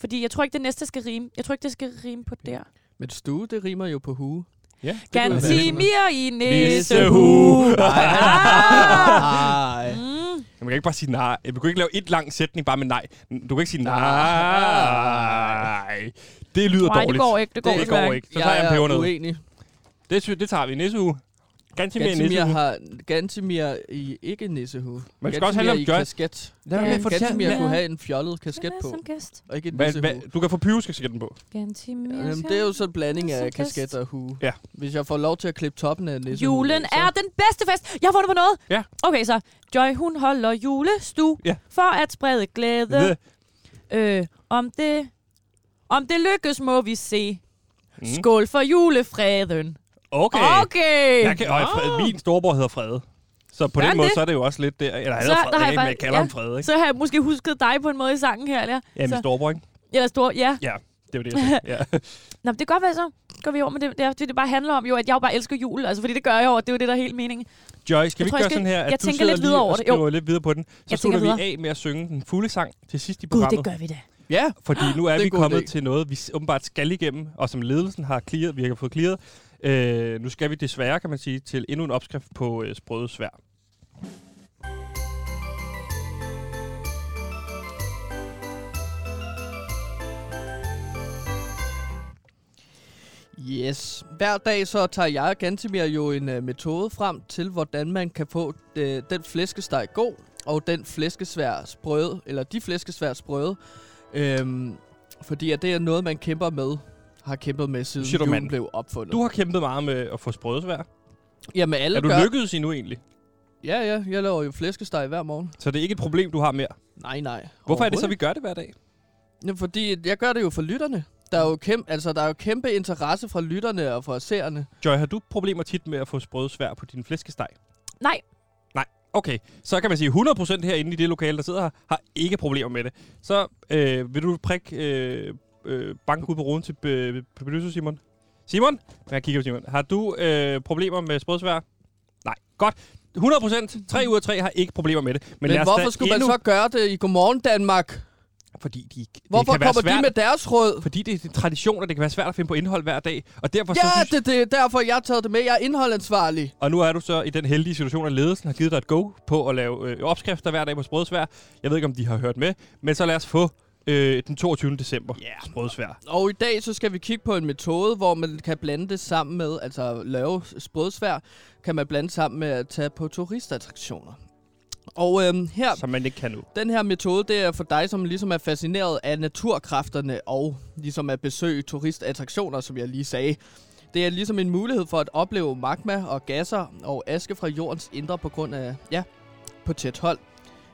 Speaker 3: Fordi jeg tror ikke, det næste skal rime. Jeg tror ikke, det skal rime på der.
Speaker 2: Men stue, det rimer jo på [laughs] hue.
Speaker 1: Ja.
Speaker 2: være.
Speaker 3: Gantimir i
Speaker 1: Nissehue.
Speaker 3: nissehue.
Speaker 2: Ah. Nej.
Speaker 3: Mm.
Speaker 1: Man kan ikke bare sige nej. Du kan ikke lave et lang sætning bare med nej. Du kan ikke sige
Speaker 2: Nej.
Speaker 1: nej. [laughs] Det lyder
Speaker 3: Nej,
Speaker 1: dårligt.
Speaker 3: det går ikke. Det går,
Speaker 1: Det
Speaker 3: desværre
Speaker 1: går ikke. Så tager jeg en peber ned.
Speaker 2: uenig.
Speaker 1: Det, sy- det tager vi i næste uge. Ganske mere i
Speaker 2: Gantimir
Speaker 1: næste uge.
Speaker 2: har Gantimir i ikke nissehue.
Speaker 1: Men det skal også handle om
Speaker 2: Gantimir i
Speaker 1: Joy.
Speaker 2: kasket.
Speaker 1: Lad
Speaker 3: Ja,
Speaker 1: mig lige
Speaker 3: for
Speaker 1: fortælle.
Speaker 2: Gantimir
Speaker 3: hvad-
Speaker 2: kunne have en fjollet kasket
Speaker 3: Hvad
Speaker 2: på.
Speaker 3: Som gæst.
Speaker 2: Og ikke en
Speaker 1: Hvad,
Speaker 2: nissehue.
Speaker 1: hvad, du kan få pyruskasketten på.
Speaker 3: Gantimir.
Speaker 2: Jamen, det er jo så en blanding
Speaker 3: Som
Speaker 2: af
Speaker 3: gæst.
Speaker 2: kasket og hue.
Speaker 1: Ja.
Speaker 2: Hvis jeg får lov til at klippe toppen af nissehue.
Speaker 3: Julen er den bedste fest. Jeg har fundet på noget.
Speaker 1: Ja.
Speaker 3: Okay, så Joy, hun holder julestue
Speaker 1: Ja.
Speaker 3: for at sprede glæde. Øh, om det... Om det lykkes, må vi se.
Speaker 1: Mm.
Speaker 3: Skål for julefreden.
Speaker 1: Okay.
Speaker 3: Okay.
Speaker 1: Jeg kan, og Fred, min storebror hedder Frede. Så på
Speaker 3: Gør han
Speaker 1: den måde,
Speaker 3: det?
Speaker 1: så er det jo også lidt der. Eller han
Speaker 3: Så
Speaker 1: hedder
Speaker 3: der
Speaker 1: Frede,
Speaker 3: har jeg
Speaker 1: ikke,
Speaker 3: bare-
Speaker 1: men jeg kalder
Speaker 3: ja.
Speaker 1: ham Frede. Ikke?
Speaker 3: Så har jeg måske husket dig på en måde i sangen her, eller?
Speaker 1: Ja, min
Speaker 3: så-
Speaker 1: storebror, ikke?
Speaker 3: Eller stor, ja.
Speaker 1: Ja, det var det, jeg
Speaker 3: [laughs]
Speaker 1: sagde. Ja.
Speaker 3: Nå, men det kan godt være så. Går vi over med det, det, er, fordi det bare handler om, jo, at jeg jo bare elsker jul. Altså, fordi det gør jeg jo, og det er jo det, der er helt meningen.
Speaker 1: Joy, skal
Speaker 3: Jeg
Speaker 1: vi
Speaker 3: tror,
Speaker 1: ikke gøre
Speaker 3: jeg skal-
Speaker 1: sådan her, at
Speaker 3: jeg
Speaker 1: du
Speaker 3: tænker
Speaker 1: sidder
Speaker 3: lidt
Speaker 1: lige
Speaker 3: videre over
Speaker 1: og
Speaker 3: det. Jo.
Speaker 1: skriver lidt videre på den? Så
Speaker 3: Jeg
Speaker 1: slutter
Speaker 3: tænker
Speaker 1: vi af med at synge den fulde sang til sidst i
Speaker 3: Gud,
Speaker 1: programmet.
Speaker 3: det gør vi da.
Speaker 2: Ja.
Speaker 1: Fordi nu er,
Speaker 2: [gasps] det er
Speaker 1: vi
Speaker 2: en god
Speaker 1: kommet
Speaker 2: idé.
Speaker 1: til noget, vi s- åbenbart skal igennem, og som ledelsen har clearet, vi har fået clearet. Øh, nu skal vi desværre, kan man sige, til endnu en opskrift på øh, sprøde svær.
Speaker 2: Yes. Hver dag så tager jeg og Gantimir jo en uh, metode frem til, hvordan man kan få uh, den flæskesteg god, og den flæskesvær sprøde, eller de flæskesvær sprøde. Øhm, fordi at det er noget, man kæmper med, har kæmpet med siden
Speaker 1: Shit,
Speaker 2: julen
Speaker 1: mand.
Speaker 2: blev opfundet.
Speaker 1: Du har kæmpet meget med at få sprøde svær.
Speaker 2: Jamen alle
Speaker 1: Er du
Speaker 2: gør...
Speaker 1: lykkedes endnu egentlig?
Speaker 2: Ja, ja. Jeg laver jo flæskesteg hver morgen.
Speaker 1: Så det er ikke et problem, du har mere.
Speaker 2: Nej, nej.
Speaker 1: Hvorfor er det så, vi gør det hver dag?
Speaker 2: Ja, fordi jeg gør det jo for lytterne. Der er jo kæmpe, altså, der er jo kæmpe interesse fra lytterne og fra seerne.
Speaker 1: Joy, har du problemer tit med at få sprøde svær på din flæskesteg?
Speaker 3: Nej,
Speaker 1: Okay, så kan man sige, 100% herinde i det lokale, der sidder her, har ikke problemer med det. Så øh, vil du prikke øh, øh, bank ud på roden til øh, producer Simon? Simon? Jeg kigger på Simon. Har du øh, problemer med sprødsvær? Nej. Godt. 100%, 3 ud af 3 har ikke problemer med det. Men,
Speaker 2: Men,
Speaker 1: lad
Speaker 2: Men
Speaker 1: os da
Speaker 2: hvorfor skulle man
Speaker 1: endnu...
Speaker 2: så gøre det i Godmorgen Danmark?
Speaker 1: fordi de, det
Speaker 2: Hvorfor
Speaker 1: kan være
Speaker 2: kommer
Speaker 1: svært,
Speaker 2: de med deres råd?
Speaker 1: Fordi det er traditioner, det kan være svært at finde på indhold hver dag. Og derfor så
Speaker 2: Ja,
Speaker 1: synes,
Speaker 2: det, det er derfor, jeg har taget det med. Jeg er indholdansvarlig.
Speaker 1: Og nu er du så i den heldige situation, at ledelsen har givet dig et go på at lave øh, opskrifter hver dag på sprødsvær. Jeg ved ikke, om de har hørt med, men så lad os få øh, den 22. december yeah. sprødsvær.
Speaker 2: Og i dag så skal vi kigge på en metode, hvor man kan blande det sammen med, altså lave sprødsvær, kan man blande sammen med at tage på turistattraktioner. Og øhm, her,
Speaker 1: Som man ikke kan nu.
Speaker 2: den her metode, det er for dig, som ligesom er fascineret af naturkræfterne og ligesom at besøge turistattraktioner, som jeg lige sagde. Det er ligesom en mulighed for at opleve magma og gasser og aske fra jordens indre på grund af, ja, på tæt hold.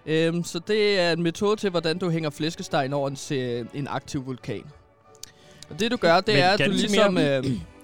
Speaker 2: Øhm, så det er en metode til, hvordan du hænger flæskesteg over en, se- en aktiv vulkan. Og det du gør, det
Speaker 1: Men
Speaker 2: er, at du
Speaker 1: Gantemir,
Speaker 2: ligesom...
Speaker 1: vi-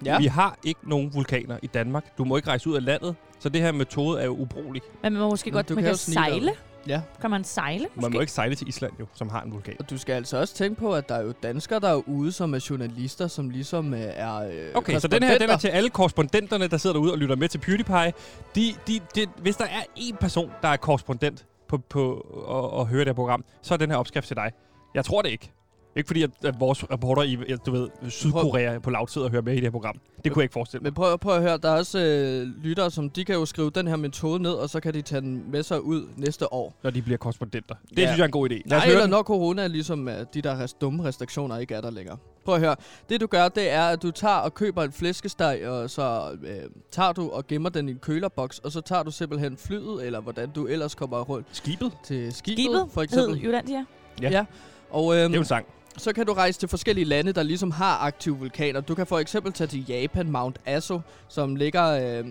Speaker 2: Øh,
Speaker 1: [clears throat]
Speaker 2: ja.
Speaker 1: Vi har ikke nogen vulkaner i Danmark. Du må ikke rejse ud af landet, så det her metode er jo ubrugelig.
Speaker 3: Men man må måske
Speaker 2: Mm,
Speaker 3: godt,
Speaker 2: du
Speaker 3: man
Speaker 2: kan
Speaker 3: kan,
Speaker 2: jo snige dig
Speaker 3: sejle.
Speaker 2: Ja.
Speaker 3: Kan man sejle, måske?
Speaker 1: Man må ikke sejle til Island jo, som har en vulkan.
Speaker 2: Og du skal altså også tænke på, at der er jo danskere derude, som er journalister, som ligesom øh, er... Øh,
Speaker 1: Okay, så den her den er
Speaker 2: korrespondenter.
Speaker 1: til alle korrespondenterne, der sidder derude og lytter med til PewDiePie. De, de, de, hvis der er én person, der er korrespondent på, på og, og hører det her program, så er den her opskrift til dig. Jeg tror det ikke. Ikke fordi, at, at vores reporter i at du ved, Sydkorea på lavtid og hører med i det her program. Det kunne jeg ikke forestille mig.
Speaker 2: Men prøv, prøv at høre, der er også øh, lyttere, som de kan jo skrive den her metode ned, og så kan de tage den med sig ud næste år.
Speaker 1: Når de bliver korrespondenter. Det
Speaker 2: Ja.
Speaker 1: synes jeg er en god idé. Lad os
Speaker 2: Nej,
Speaker 1: høre
Speaker 2: eller
Speaker 1: den.
Speaker 2: når corona er ligesom øh, de der rest, dumme restriktioner ikke er der længere. Prøv at høre, det du gør, det er, at du tager og køber en flæskesteg, og så øh, tager du og gemmer den i en kølerboks, og så tager du simpelthen flyet, eller hvordan du ellers kommer rundt
Speaker 1: Skibet?
Speaker 2: til skibet,
Speaker 3: Skibet,
Speaker 2: for
Speaker 3: hed
Speaker 2: eksempel.
Speaker 3: Jyllandia.
Speaker 1: Ja.
Speaker 2: Ja. Og øhm,
Speaker 1: Det er jo en sang.
Speaker 2: så kan du rejse til forskellige lande, der ligesom har aktive vulkaner. Du kan for eksempel tage til Japan, Mount Aso, som ligger øh,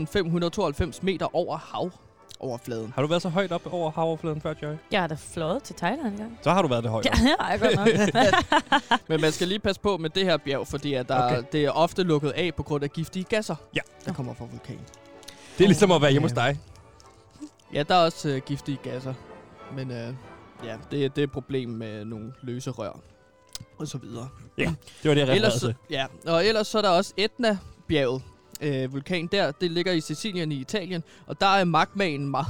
Speaker 2: 1592 meter over havoverfladen.
Speaker 1: Har du været så højt op over havoverfladen før, Joy?
Speaker 3: Jeg har da fløjet til Thailand engang.
Speaker 1: Så har du været det højt.
Speaker 3: [laughs] Ja, det har jeg godt
Speaker 1: [laughs]
Speaker 3: nok.
Speaker 2: Men man skal lige passe på med det her bjerg, fordi at der,
Speaker 1: Ah. Okay.
Speaker 2: okay. det er ofte lukket af på grund af giftige gasser,
Speaker 1: Ja.
Speaker 2: der kommer fra vulkanen.
Speaker 1: Det er ligesom at være hjemme hos dig.
Speaker 2: Ja, der er også øh, giftige gasser, men øh, ja, det, det er et problem med nogle løse rør og så videre.
Speaker 1: Det var det, jeg refererede
Speaker 2: Ellers,
Speaker 1: til.
Speaker 2: ja, og ellers så er der også Etna-bjerget. Øh, vulkan der, det ligger i Sicilien i Italien, og der er magmaen meget...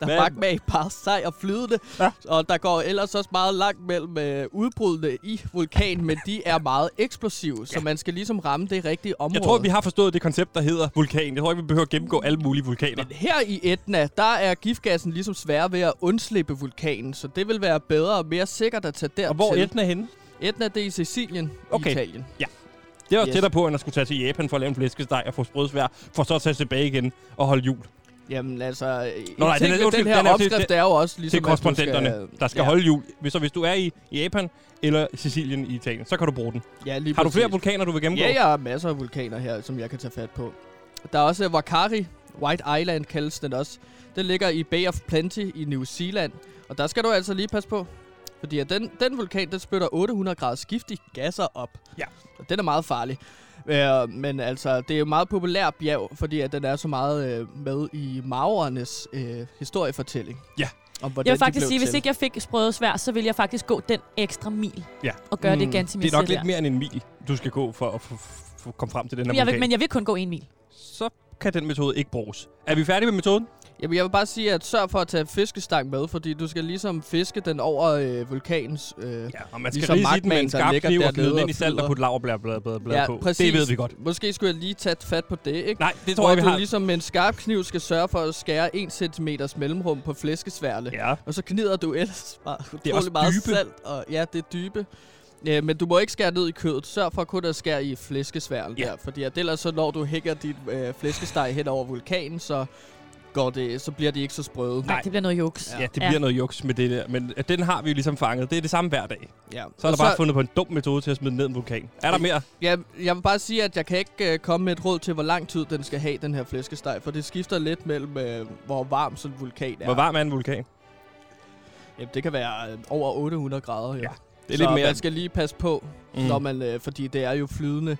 Speaker 2: Der
Speaker 1: Hvad?
Speaker 2: er magmaen bare sej og flydende,
Speaker 1: Ja.
Speaker 2: ja. og der går ellers også meget langt mellem øh, udbrudene i vulkanen, men de er meget eksplosive, ja. så man skal ligesom ramme det rigtige område.
Speaker 1: Jeg tror, vi har forstået det koncept, der hedder vulkan. Jeg tror ikke, vi behøver at gennemgå alle mulige vulkaner.
Speaker 2: Men her i Etna, der er giftgassen ligesom svær ved at undslippe vulkanen, så det vil være bedre og mere sikkert at tage dertil.
Speaker 1: Og hvor er Etna henne?
Speaker 2: Etna, det er i Sicilien
Speaker 1: Okay.
Speaker 2: i Italien.
Speaker 1: Det er også yes.
Speaker 2: Yes.
Speaker 1: tættere på, end at skulle tage til Japan for at lave en flæskesteg og få sprødsvær, for så at tage tilbage igen og holde jul. Det
Speaker 2: Jamen altså, Nå, nej, ting
Speaker 1: Nå, nej, den
Speaker 2: den,
Speaker 1: er-
Speaker 2: ved
Speaker 1: undskyld,
Speaker 2: den her
Speaker 1: den
Speaker 2: den
Speaker 1: er-
Speaker 2: er, opskrift
Speaker 1: det-
Speaker 2: det, er jo også ligesom,
Speaker 1: er korrespondenterne,
Speaker 2: at du
Speaker 1: der skal ja.
Speaker 2: ja,
Speaker 1: holde jul. Hvis- Så hvis du er i Japan eller Sicilien i Italien, så kan du bruge den.
Speaker 2: Ja, lige
Speaker 1: Har du flere
Speaker 2: præcis.
Speaker 1: vulkaner, du vil gennemgå?
Speaker 2: Ja, jeg har masser af vulkaner her, som jeg kan tage fat på. Der er også øh, Wakari, White Island kaldes den også. Den ligger i Bay of Plenty i New Zealand. Og der skal du altså lige passe på. Fordi at den, den vulkan, den spytter 800 graders giftige gasser op.
Speaker 1: Ja.
Speaker 2: Og den er meget farlig. Øh, men altså, det er jo et meget populært bjerg, fordi at den er så meget øh, med i mavernes øh, historiefortælling.
Speaker 1: Ja.
Speaker 2: Om, hvordan
Speaker 3: Jeg vil
Speaker 2: de
Speaker 3: faktisk
Speaker 2: blev
Speaker 3: sige, hvis
Speaker 2: til.
Speaker 3: ikke jeg fik sprøget svær, så ville jeg faktisk gå den ekstra mil.
Speaker 1: Ja.
Speaker 3: Og gøre mm, det
Speaker 2: Mm,
Speaker 3: ganske
Speaker 1: Det er nok lidt mere end en mil, du skal gå for at få- få- komme frem til den her
Speaker 3: jeg vil,
Speaker 1: vulkan.
Speaker 3: men jeg vil kun gå en mil.
Speaker 1: Så kan den metode ikke bruges. Er vi færdige med metoden?
Speaker 2: Jamen, jeg vil bare sige, at sørg for at tage fiskestang med, fordi du skal ligesom fiske den over øh, vulkanens... Øh.
Speaker 1: Ja, og man skal
Speaker 2: Ligesom
Speaker 1: lige sige den med en
Speaker 2: magtmanden, der
Speaker 1: skarp
Speaker 2: ligger
Speaker 1: kniv og
Speaker 2: dernede
Speaker 1: glide den ind
Speaker 2: og
Speaker 1: i salt og
Speaker 2: flyder.
Speaker 1: putte laverbladblad
Speaker 2: Ja,
Speaker 1: på.
Speaker 2: præcis.
Speaker 1: Det ved vi godt.
Speaker 2: Måske skulle jeg lige tage fat på det, ikke?
Speaker 1: Nej, det tror
Speaker 2: Hvor
Speaker 1: jeg, vi
Speaker 2: du
Speaker 1: har.
Speaker 2: ligesom med en skarp kniv skal sørge for at skære 1 cm mellemrum på flæskesværle. Ja.
Speaker 1: Ja.
Speaker 2: Og så gnider du ellers bare utrolig
Speaker 1: også
Speaker 2: meget
Speaker 1: dybe.
Speaker 2: salt. Og, ja, det er dybe. Ja, men du må ikke skære ned i kødet. Sørg for kun at skære i flæskesværlen
Speaker 1: Ja.
Speaker 2: ja. der, fordi at ellers så når du hækker dit øh, flæskesteg hen over vulkanen, så, går det, så bliver de ikke så sprøde.
Speaker 1: Nej.
Speaker 3: Nej, det bliver noget juks.
Speaker 1: Ja, det bliver noget juks med det der, men øh, den har vi jo ligesom fanget. Det er det samme hver dag.
Speaker 2: Ja.
Speaker 1: Så er der bare fundet på en dum metode til at smide den ned i en vulkan. Er der mere?
Speaker 2: Ja, jeg vil bare sige, at jeg kan ikke øh, komme med et råd til, hvor lang tid den skal have, den her flæskesteg, for det skifter lidt mellem, øh, hvor varm sådan en vulkan er.
Speaker 1: Hvor varm er en vulkan?
Speaker 2: Jamen, det kan være øh, over 800 grader. Jo.
Speaker 1: Ja,
Speaker 2: Ja,
Speaker 1: Det er
Speaker 2: så
Speaker 1: lidt mere...
Speaker 2: man skal lige passe på,
Speaker 1: Mm.
Speaker 2: mm. når man, øh, fordi det er jo flydende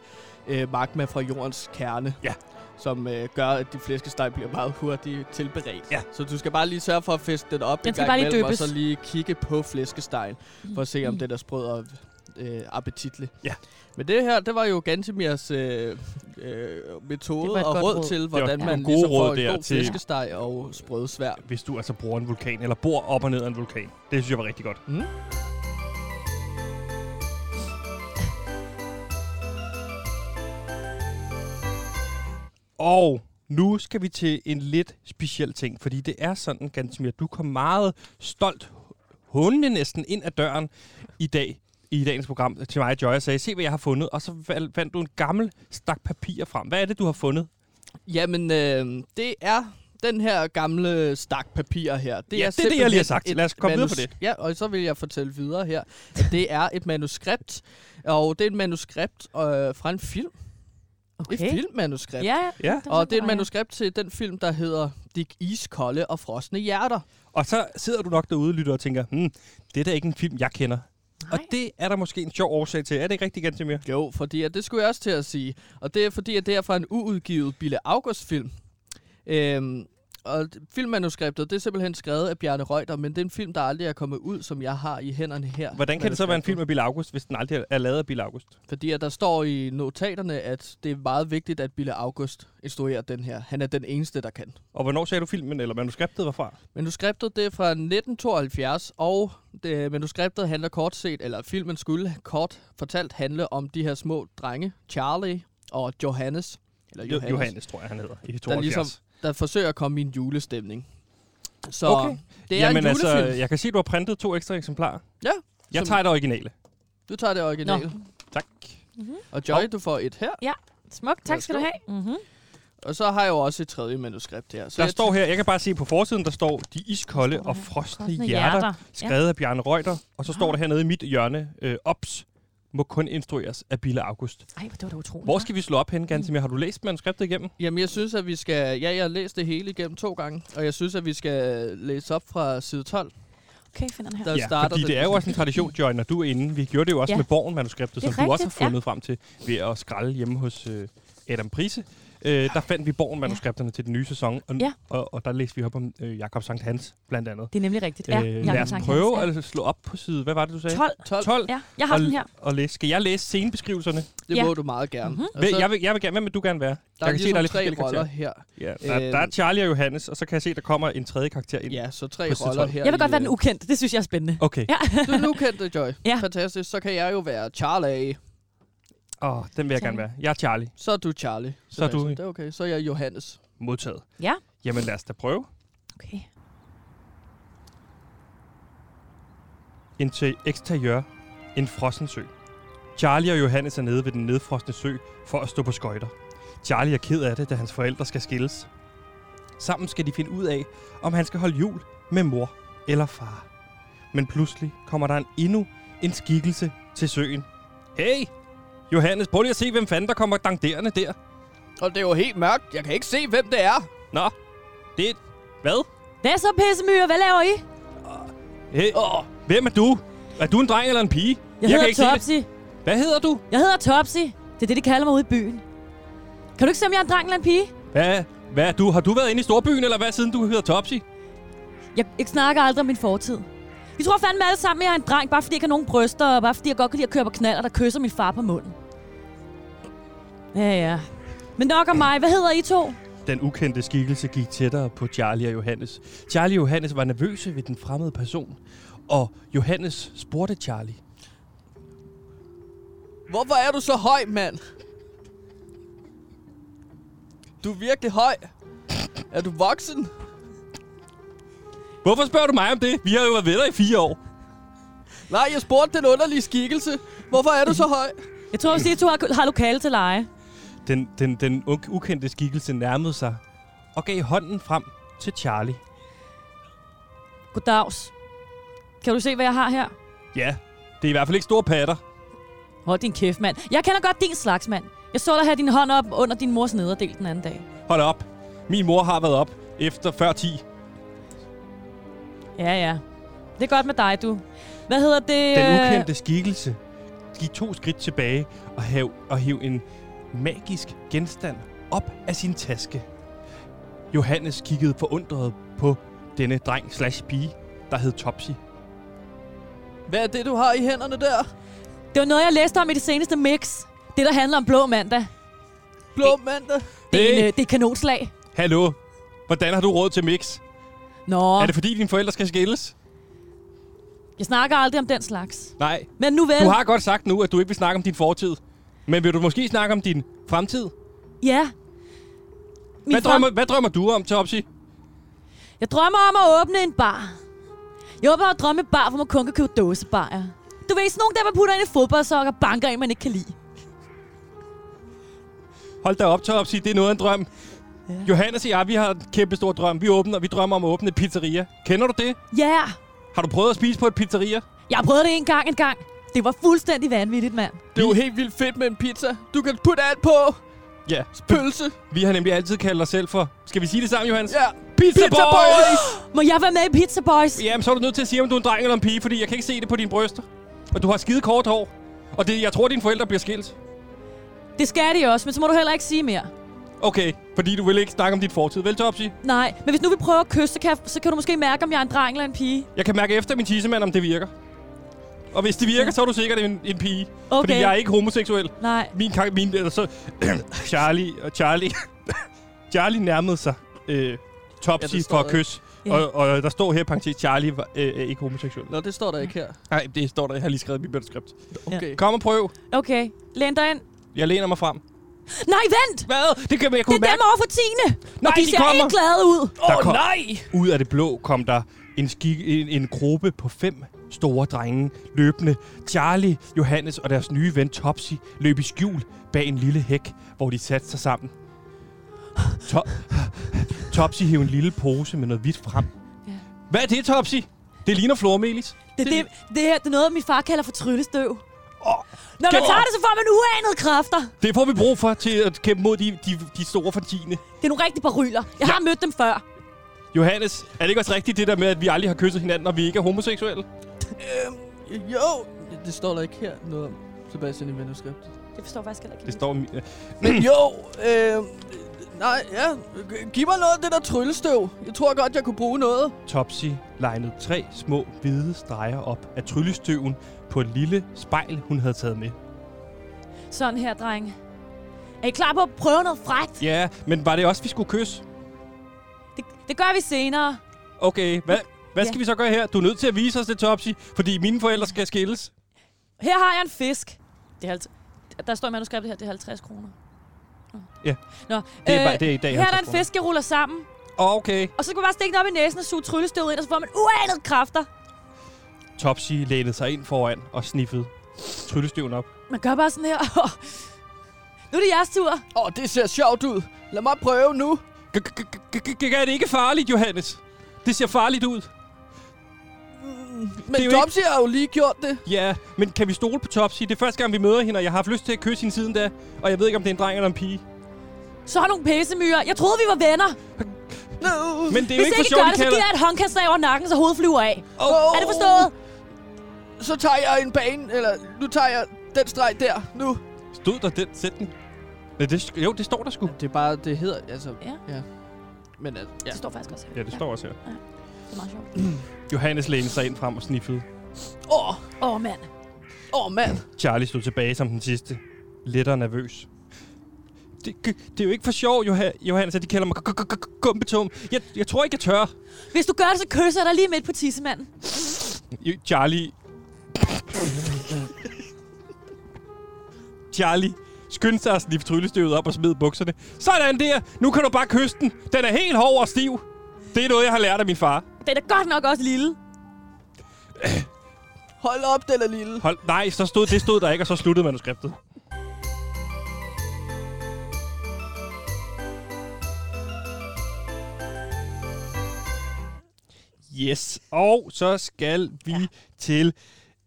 Speaker 2: øh, magma fra jordens kerne,
Speaker 1: Ja.
Speaker 2: som øh, gør, at de flæskesteg bliver meget hurtigt tilberedt.
Speaker 1: Ja.
Speaker 2: Så du skal bare lige sørge for at fiske den op
Speaker 3: Den
Speaker 2: en
Speaker 3: skal
Speaker 2: gang
Speaker 3: bare lige Mm.
Speaker 2: imellem, og
Speaker 3: døbes.
Speaker 2: så lige kigge på flæskestegen, for at se, om den er sprød og øh, appetitlig.
Speaker 1: Ja.
Speaker 2: Men det her, det var jo Gantemirs øh, øh,
Speaker 3: Det
Speaker 2: metode
Speaker 3: var et
Speaker 2: og
Speaker 3: godt
Speaker 2: råd,
Speaker 3: råd.
Speaker 2: til,
Speaker 1: var
Speaker 2: hvordan
Speaker 1: nogle
Speaker 2: man
Speaker 1: gode
Speaker 2: ligesom får
Speaker 1: råd
Speaker 2: en
Speaker 1: der
Speaker 2: god
Speaker 1: til-
Speaker 2: flæskesteg og sprøde svær.
Speaker 1: Hvis du altså bruger en vulkan, eller bor op og ned af en vulkan. Det synes jeg var rigtig godt.
Speaker 2: Mm.
Speaker 1: Og nu skal vi til en lidt speciel ting, fordi det er sådan, Gansmir, du kom meget stolt hundene næsten ind ad døren i dag i dagens program til mig og Joy og sagde, se hvad jeg har fundet, og så val- fandt du en gammel stak papir frem. Hvad er det, du har fundet?
Speaker 2: Jamen, øh, det er den her gamle stak papir her.
Speaker 1: Ja, det er det, jeg
Speaker 2: simpelthen
Speaker 1: lige har sagt.
Speaker 2: et
Speaker 1: Lad os komme videre på det.
Speaker 2: Ja, og så vil jeg fortælle videre her, at det er et manuskript, og det er et manuskript øh, fra en film. Okay. Et filmmanuskript.
Speaker 3: Ja,
Speaker 1: Ja.
Speaker 2: Og det er et
Speaker 3: et manus.
Speaker 2: manuskript til den film, der hedder Dick Iskolde og Frosne Hjerter.
Speaker 1: Og så sidder du nok derude, lytter og tænker, hmm, det er da ikke en film, jeg kender. Og
Speaker 3: Nej.
Speaker 1: det er der måske en sjov årsag til. Er det ikke rigtigt, Gantemir?
Speaker 2: Jo, fordi at det skulle jeg også til at sige. Og det er fordi, at det er fra en uudgivet Bille August-film. Øhm, og d- filmmanuskriptet, det er simpelthen skrevet af Bjarne Reuter, men det er en film, der aldrig er kommet ud, som jeg har i hænderne her.
Speaker 1: Hvordan kan det så være en film af Bill August, hvis den aldrig er lavet af Bill August?
Speaker 2: Fordi at der står i notaterne, at det er meget vigtigt, at Bille August instruerer den her. Han er den eneste, der kan.
Speaker 1: Og hvornår sagde du filmen, eller manuskriptet var fra?
Speaker 2: Manuskriptet det er fra 1972, og det, manuskriptet handler kort set, eller filmen skulle kort fortalt handle om de her små drenge, Charlie og Johannes, eller
Speaker 1: Johannes,
Speaker 2: Johannes,
Speaker 1: Johannes tror jeg, han hedder. I
Speaker 2: der
Speaker 1: 72.
Speaker 2: ligesom der forsøger at komme i en julestemning. Så
Speaker 1: Okay.
Speaker 2: okay. det er Jamen en julefilm. Altså, ja.
Speaker 1: jeg kan se, at du har printet to ekstra eksemplarer.
Speaker 2: Ja,
Speaker 1: Jeg
Speaker 2: som-
Speaker 1: tager det originale.
Speaker 2: Du tager det originale.
Speaker 3: Nå.
Speaker 1: Tak.
Speaker 2: Og Joy, du får et her,
Speaker 3: Smukt, tak skal du have. Mm-hmm.
Speaker 2: og så har jeg jo også et tredje manuskript her. Så
Speaker 1: Der
Speaker 2: jeg-
Speaker 1: står her, jeg kan bare se på forsiden, der står De iskolde
Speaker 3: Står der
Speaker 1: og
Speaker 3: her.
Speaker 1: frosne hjerter, skrevet af Bjarne Reuter. Og så
Speaker 2: Ah.
Speaker 1: står der hernede i mit hjørne, øh, Ops må kun instrueres af Bille August.
Speaker 3: Ej, hvor det var da utroligt.
Speaker 2: Ah.
Speaker 1: Hvor skal vi slå op hen, Gantemir? Har du læst manuskriptet igennem?
Speaker 2: Jamen, jeg synes, at vi skal... Ja, jeg har læst det hele igennem to gange, og jeg synes, at vi skal læse op fra side 12.
Speaker 3: Okay, jeg finder den her.
Speaker 2: Der starter
Speaker 1: fordi
Speaker 2: den.
Speaker 1: det er jo også en tradition, Joy, når du er inde. Vi gjorde det jo også ja.
Speaker 3: Ja.
Speaker 1: med Borgen-manuskriptet,
Speaker 3: Det er
Speaker 1: som du også har
Speaker 3: rigtigt, ja.
Speaker 1: fundet frem til ved at skralde hjemme hos øh, Adam Prise. Øh, der fandt vi Borgen-manuskripterne ja. til den nye sæson, og,
Speaker 3: Ja.
Speaker 1: ja. og, og der læste vi op om øh, Jakob Sankt Hans, blandt andet.
Speaker 3: Det er nemlig rigtigt. Ja,
Speaker 1: Ja, øh, lad os prøve at slå op på side, hvad var det, du sagde?
Speaker 3: 12.
Speaker 2: 12.
Speaker 1: 12.
Speaker 3: Ja, jeg har
Speaker 1: og,
Speaker 3: den her.
Speaker 1: Og læse. Skal jeg læse scenebeskrivelserne?
Speaker 2: Det
Speaker 3: Ja.
Speaker 2: må du meget gerne.
Speaker 3: Mhm.
Speaker 2: Mm-hmm.
Speaker 1: Hvem, jeg vil, jeg vil gerne, hvem vil du gerne være?
Speaker 2: der
Speaker 1: jeg
Speaker 2: er
Speaker 1: kan
Speaker 2: ligesom
Speaker 1: se, der er lidt
Speaker 2: tre
Speaker 1: forskellige
Speaker 2: roller
Speaker 1: karakterer.
Speaker 2: her.
Speaker 1: Ja, der,
Speaker 2: Øhm.
Speaker 1: der er Charlie og Johannes, og så kan jeg se, der kommer en tredje karakter ind.
Speaker 2: Ja, så tre
Speaker 1: På side
Speaker 2: roller
Speaker 1: 12.
Speaker 2: her.
Speaker 3: Jeg vil
Speaker 2: i,
Speaker 3: godt være den
Speaker 2: øh,
Speaker 3: ukendte. Det synes jeg er spændende.
Speaker 1: Okay.
Speaker 3: Ja.
Speaker 2: Du er nu kendte, Joy.
Speaker 3: Ja.
Speaker 2: Fantastisk. Så kan jeg jo være Charlie.
Speaker 1: Åh, oh, den vil jeg gerne
Speaker 3: Charlie.
Speaker 1: være. Jeg er Charlie.
Speaker 2: Så er du Charlie.
Speaker 1: Så er du-
Speaker 2: Sebastian. Det er okay. Så er jeg Johannes.
Speaker 1: Modtaget.
Speaker 3: [laughs] Ja.
Speaker 1: Jamen lad os da prøve.
Speaker 3: Okay.
Speaker 1: Inter- eksteriør. En frossen sø. Charlie og Johannes er nede ved den nedfrosne sø for at stå på skøjter. Charlie er ked af det, da hans forældre skal skilles. Sammen skal de finde ud af, om han skal holde jul med mor eller far. Men pludselig kommer der en endnu en skikkelse til søen. Hey! Johannes, prøv lige at se, hvem fanden der kommer dangderende der.
Speaker 2: Og det er jo helt mørkt. Jeg kan ikke se, hvem det er.
Speaker 1: Nå, det er... Hvad?
Speaker 3: Hvad så, pissemyre? Hvad laver I?
Speaker 1: Hey,
Speaker 2: Åh,
Speaker 1: hvem er du? Er du en dreng eller en pige?
Speaker 3: Jeg, hedder Topsy.
Speaker 1: det. Hvad hedder du?
Speaker 3: Jeg hedder Topsy. Det er det, de kalder mig ude i byen. Kan du ikke se, om jeg er en dreng eller en pige?
Speaker 1: Hvad, hvad er du? Har du været inde i storbyen, eller hvad, siden du hedder Topsy?
Speaker 3: Jeg, jeg snakker aldrig om min fortid. Vi tror fandme alle sammen, at jeg er en dreng, bare fordi jeg kan nogen bryster, og bare fordi jeg godt kan lide at køre på knaller, der kysser min far på munden. Ja, ja. Men nok om mig. Hvad hedder I to?
Speaker 1: Den ukendte skikkelse gik tættere på Charlie og Johannes. Charlie og Johannes var nervøse ved den fremmede person, og Johannes spurgte Charlie.
Speaker 2: Hvorfor er du så høj, mand? Du er virkelig høj. Er du voksen?
Speaker 1: Hvorfor spørger du mig om det? Vi har jo været venner i fire år.
Speaker 2: Nej, jeg spurgte den underlige skikkelse. Hvorfor er du så høj?
Speaker 3: Jeg tror, at I to har, har lokale til leje.
Speaker 1: Den, den, den u- ukendte skikkelse nærmede sig og gav hånden frem til Charlie.
Speaker 3: Goddags. Kan du se, hvad jeg har her?
Speaker 1: Ja, det er i hvert fald ikke store patter.
Speaker 3: Hold din kæft, mand. Jeg kender godt din slags, mand. Jeg så dig have din hånd op under din mors nederdel den anden dag.
Speaker 1: Hold op. Min mor har været op efter før 10.
Speaker 3: Ja, ja. Det er godt med dig, du. Hvad hedder det?
Speaker 1: Den
Speaker 3: øh,
Speaker 1: ukendte skikkelse gik to skridt tilbage og hev, og hev en magisk genstand op af sin taske. Johannes kiggede forundret på denne dreng slash pige, der hed Topsy.
Speaker 2: Hvad er det, du har i hænderne der?
Speaker 3: Det var noget, jeg læste om i det seneste mix. Det, der handler om blå mandag.
Speaker 2: Blå mandag.
Speaker 3: Det er, en,
Speaker 1: Hey.
Speaker 3: øh, det er et kanonslag.
Speaker 1: Hallo. Hvordan har du råd til mix?
Speaker 3: Nå,
Speaker 1: Er det fordi, dine forældre skal skilles?
Speaker 3: jeg snakker aldrig om den slags.
Speaker 1: Nej.
Speaker 3: Men nu vel.
Speaker 1: Du har godt sagt nu, at du ikke vil snakke om din fortid. Men vil du måske snakke om din fremtid?
Speaker 3: Ja. Min
Speaker 1: Hvad
Speaker 3: frem-
Speaker 1: drømmer, hvad drømmer du om, Topsy?
Speaker 3: Jeg drømmer om at åbne en bar. Jeg håber at drømme en bar, hvor man kun kan købe dåsebajer. Du ved, sådan nogle der, man putter ind i fodboldsokker og banker en, man ikke kan lide.
Speaker 1: Hold da op, Topsy. Det er noget af en drøm.
Speaker 3: Ja.
Speaker 1: Ja. Johannes og jeg, vi har en kæmpe stor drøm. Vi åbner, vi drømmer om at åbne et pizzeria. Kender du det?
Speaker 3: Ja, yeah.
Speaker 1: Har du prøvet at spise på et pizzeria?
Speaker 3: jeg prøvede det en gang en gang. Det var fuldstændig vanvittigt, mand.
Speaker 2: Det er jo helt vildt fedt med en pizza. Du kan putte alt på.
Speaker 1: Ja.
Speaker 2: Pølse.
Speaker 1: Vi har nemlig altid kaldt os selv for... Skal vi sige det sammen, Johannes?
Speaker 2: Ja.
Speaker 1: Pizza,
Speaker 2: Pizza Boys!
Speaker 3: Må jeg være med i Pizza Boys?
Speaker 1: Jamen, så er du nødt til at sige, om du er en dreng eller en pige, fordi jeg kan ikke se det på dine bryster. Og du har skide kort hår. Og det, jeg tror, dine forældre bliver skilt.
Speaker 3: Det skal de også, men så må du heller ikke sige mere.
Speaker 1: Okay, fordi du vil ikke snakke om dit fortid. Vel, Topsy?
Speaker 3: Nej, men hvis nu vi prøver at kysse, så kan, jeg, så kan du måske mærke, om jeg er en dreng eller en pige.
Speaker 1: Jeg kan mærke efter min tissemand, om det virker. Og hvis det virker, så er du sikkert en, en pige.
Speaker 3: Okay.
Speaker 1: Fordi jeg er ikke homoseksuel.
Speaker 3: Nej.
Speaker 1: Min, kar- min eller så [clears throat] Charlie og Charlie. [laughs] Charlie nærmede sig øh, Topsy ja,
Speaker 2: Ja, det står
Speaker 1: for at
Speaker 2: der.
Speaker 1: kysse.
Speaker 3: Ja.
Speaker 1: Ja. Og, og, der står her i parentes, Charlie var, øh, er ikke homoseksuel.
Speaker 2: Nå, det står der ikke her.
Speaker 1: Nej, det står der. Jeg har lige skrevet i mit manuskript.
Speaker 2: Okay.
Speaker 1: Kom og prøv.
Speaker 3: Okay, læn dig ind.
Speaker 1: Jeg læner mig frem.
Speaker 3: Nej, vent!
Speaker 1: Hvad? Det kan jeg
Speaker 3: Det
Speaker 1: kunne
Speaker 3: er dem
Speaker 1: mærke.
Speaker 3: over for 10.
Speaker 1: Nej,
Speaker 3: og de,
Speaker 1: de
Speaker 3: ser
Speaker 1: kommer.
Speaker 3: ikke glade ud.
Speaker 1: Der
Speaker 2: Åh,
Speaker 1: kom-
Speaker 2: nej!
Speaker 1: Ud af det blå kom der en, skik, en, en gruppe på fem store drenge løbende. Charlie, Johannes og deres nye ven Topsy løb i skjul bag en lille hæk, hvor de satte sig sammen. To- Topsy hævde en lille pose med noget hvidt frem.
Speaker 3: Ja.
Speaker 1: Hvad er det, Topsy? Det ligner flormelis.
Speaker 3: Det, det, det, her, det er noget, min far kalder for tryllestøv.
Speaker 1: Åh,
Speaker 3: Når man
Speaker 1: Åh.
Speaker 3: tager det, så får man uanede kræfter.
Speaker 1: Det får vi brug for til at kæmpe mod de, de, de store for tiende.
Speaker 3: Det er nogle rigtige baryler. Jeg har mødt dem før.
Speaker 1: Johannes, er det ikke også rigtigt det der med, at vi aldrig har kysset hinanden, og vi ikke er homoseksuelle?
Speaker 2: Jo! Det står der ikke her noget om, Sebastian, i manuskriptet.
Speaker 3: Jeg forstår faktisk heller
Speaker 1: Det
Speaker 3: ikke.
Speaker 1: står... i min-
Speaker 2: [clears throat] Men jo, øh, nej, ja. G- Giv mig noget af det der tryllestøv. Jeg tror godt, jeg kunne bruge noget.
Speaker 1: Topsy legnede tre små hvide streger op af tryllestøven på et lille spejl, hun havde taget med.
Speaker 3: Sådan her, dreng. Er I klar på at prøve noget frækt?
Speaker 1: Ja, men var det også, vi skulle kysse?
Speaker 3: Det, det gør vi senere.
Speaker 1: Okay, hvad, hvad
Speaker 3: Ja.
Speaker 1: skal vi så gøre her? Du er nødt til at vise os det, Topsy, fordi mine forældre skal skilles.
Speaker 3: Øh, Her har jeg en fisk. Det er 50, der står i manuskriptet her, det er 50 kroner. Nå.
Speaker 1: Ja.
Speaker 3: Nå, øh,
Speaker 1: Det er bare- det er i dag
Speaker 3: Her er der
Speaker 1: 50
Speaker 3: en
Speaker 1: kroner.
Speaker 3: fisk, jeg ruller sammen.
Speaker 1: Okay.
Speaker 3: Og så kan man bare stikke den op i næsen og suge tryllestøvet ind, og så får man uanede kræfter.
Speaker 1: Topsy lænede sig ind foran og sniffede tryllestøven op.
Speaker 3: Man gør bare sådan her. [laughs] nu er det jeres tur.
Speaker 2: Åh, oh, det ser sjovt ud. Lad mig prøve nu.
Speaker 1: G- g- g- g- g- g- Er det ikke farligt, Johannes? Det ser farligt ud.
Speaker 2: Men
Speaker 1: er jo
Speaker 2: Jobsy har jo lige gjort det.
Speaker 1: Ja, men kan vi stole på Topsy? Det er første gang, vi møder hende, og jeg har haft lyst til at kysse hende siden da. Og jeg ved ikke, om det er en dreng eller en pige.
Speaker 3: Så har nogle pissemyrer. Jeg troede, vi var venner.
Speaker 2: No.
Speaker 1: Men det er jo
Speaker 3: Hvis
Speaker 1: ikke
Speaker 3: ikke I
Speaker 1: for
Speaker 3: gør
Speaker 1: sjovt,
Speaker 3: det,
Speaker 1: de
Speaker 3: så giver
Speaker 1: kalder...
Speaker 3: jeg et håndkastslag over nakken, så hovedet flyver af.
Speaker 2: oh,
Speaker 3: Er det forstået?
Speaker 2: Så tager jeg en bane, eller nu tager jeg den streg der, nu.
Speaker 1: Stod der den sætning? Nej, det, sk- jo, det står der sgu.
Speaker 2: Det er bare, det hedder, altså,
Speaker 3: Ja.
Speaker 2: ja. Men altså, ja.
Speaker 3: Det står faktisk også her.
Speaker 1: også her.
Speaker 3: Ja, det er meget sjovt.
Speaker 1: Johannes lænede sig ind frem og sniffede.
Speaker 2: Åh,
Speaker 3: Åh, oh, mand.
Speaker 2: åh mand.
Speaker 1: Charlie stod tilbage som den sidste. Lidt og nervøs. Det, g- det er jo ikke for sjov, Joha- Johannes, at de kalder mig g- g- g- gumpetum. Jeg, jeg tror ikke, jeg tør.
Speaker 3: Hvis du gør det, så kysser jeg dig lige midt på tissemanden.
Speaker 1: Jo- Charlie. Charlie skyndte sig at sniffe tryllestøvet op og smide bukserne. Sådan der! Nu kan du bare kysse den. Den er helt hård og stiv. Det er noget, jeg har lært af min far.
Speaker 3: Den er godt nok også lille.
Speaker 2: Hold op, den er lille.
Speaker 1: Hold, nej, så stod, det stod der ikke, og så sluttede manuskriptet. Yes, og så skal vi ja. til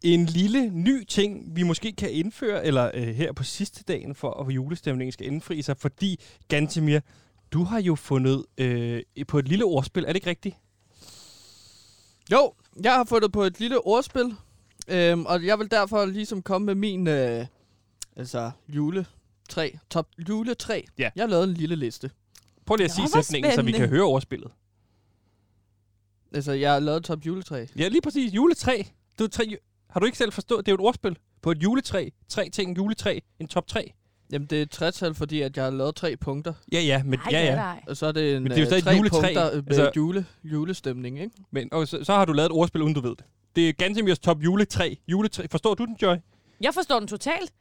Speaker 1: en lille ny ting, vi måske kan indføre, eller øh, her på sidste dagen, for at julestemningen skal indfri sig, fordi, Gantemir, du har jo fundet øh, på et lille ordspil, er det ikke rigtigt?
Speaker 2: Jo, jeg har fundet på et lille ordspil, øhm, og jeg vil derfor ligesom komme med min, øh, altså, juletræ, top juletræ.
Speaker 1: Ja.
Speaker 2: Jeg har lavet en lille liste.
Speaker 1: Prøv lige at
Speaker 3: Nå,
Speaker 1: sige
Speaker 3: hvor
Speaker 1: sætningen, så vi kan
Speaker 3: spændende.
Speaker 1: høre ordspillet.
Speaker 2: Altså, jeg har lavet top juletræ.
Speaker 1: Ja, lige præcis. Juletræ. Det er tre... Har du ikke selv forstået? Det er jo et ordspil. på et juletræ. Tre ting, juletræ, en top tre.
Speaker 2: Jamen, det er et trætal, fordi at jeg har lavet tre punkter.
Speaker 1: Ja, ja, men,
Speaker 3: Nej,
Speaker 1: ja, ja.
Speaker 3: nej.
Speaker 2: Og så er det en
Speaker 1: Men det er jo
Speaker 2: øh,
Speaker 1: stadig
Speaker 2: tre
Speaker 1: juletræ.
Speaker 2: punkter øh, med
Speaker 1: Altså-
Speaker 2: altså... jule, julestemning, ikke?
Speaker 1: Men og så, så, har du lavet et ordspil, uden du ved det. Det er Gansemirs top juletræ. juletræ. Forstår du den, Joy?
Speaker 3: Jeg forstår den totalt.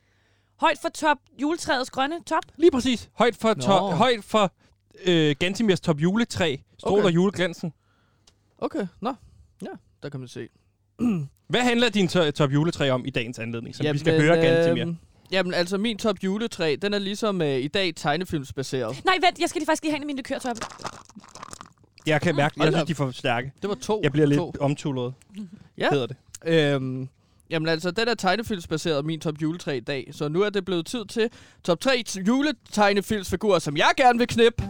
Speaker 3: Højt for top, juletræets grønne top.
Speaker 1: Lige præcis. Højt for,
Speaker 2: Nå.
Speaker 1: to, højt for øh, Gansemirs top juletræ. Stråler
Speaker 2: Okay.
Speaker 1: okay. juleglansen.
Speaker 2: Okay, nå. Ja, der kan man se.
Speaker 1: Hvad handler din to- top juletræ om i dagens anledning, som vi skal
Speaker 2: Jamen,
Speaker 1: høre Gansimir?
Speaker 2: øhm, Jamen, altså min top juletræ, den er ligesom øh, i dag tegnefilmsbaseret.
Speaker 3: Nej, vent, jeg skal lige faktisk lige have en af mine likørtopper.
Speaker 1: Jeg kan mærke,
Speaker 2: Hold
Speaker 1: jeg
Speaker 2: da
Speaker 1: synes,
Speaker 2: op.
Speaker 1: de er for stærke.
Speaker 2: Det var to.
Speaker 1: Jeg bliver
Speaker 2: To.
Speaker 1: lidt omtullet,
Speaker 2: Ja.
Speaker 1: hedder det.
Speaker 2: Øhm, jamen altså, den er tegnefilmsbaseret min top juletræ i dag. Så nu er det blevet tid til top 3 juletegnefilmsfigurer, som jeg gerne vil knippe.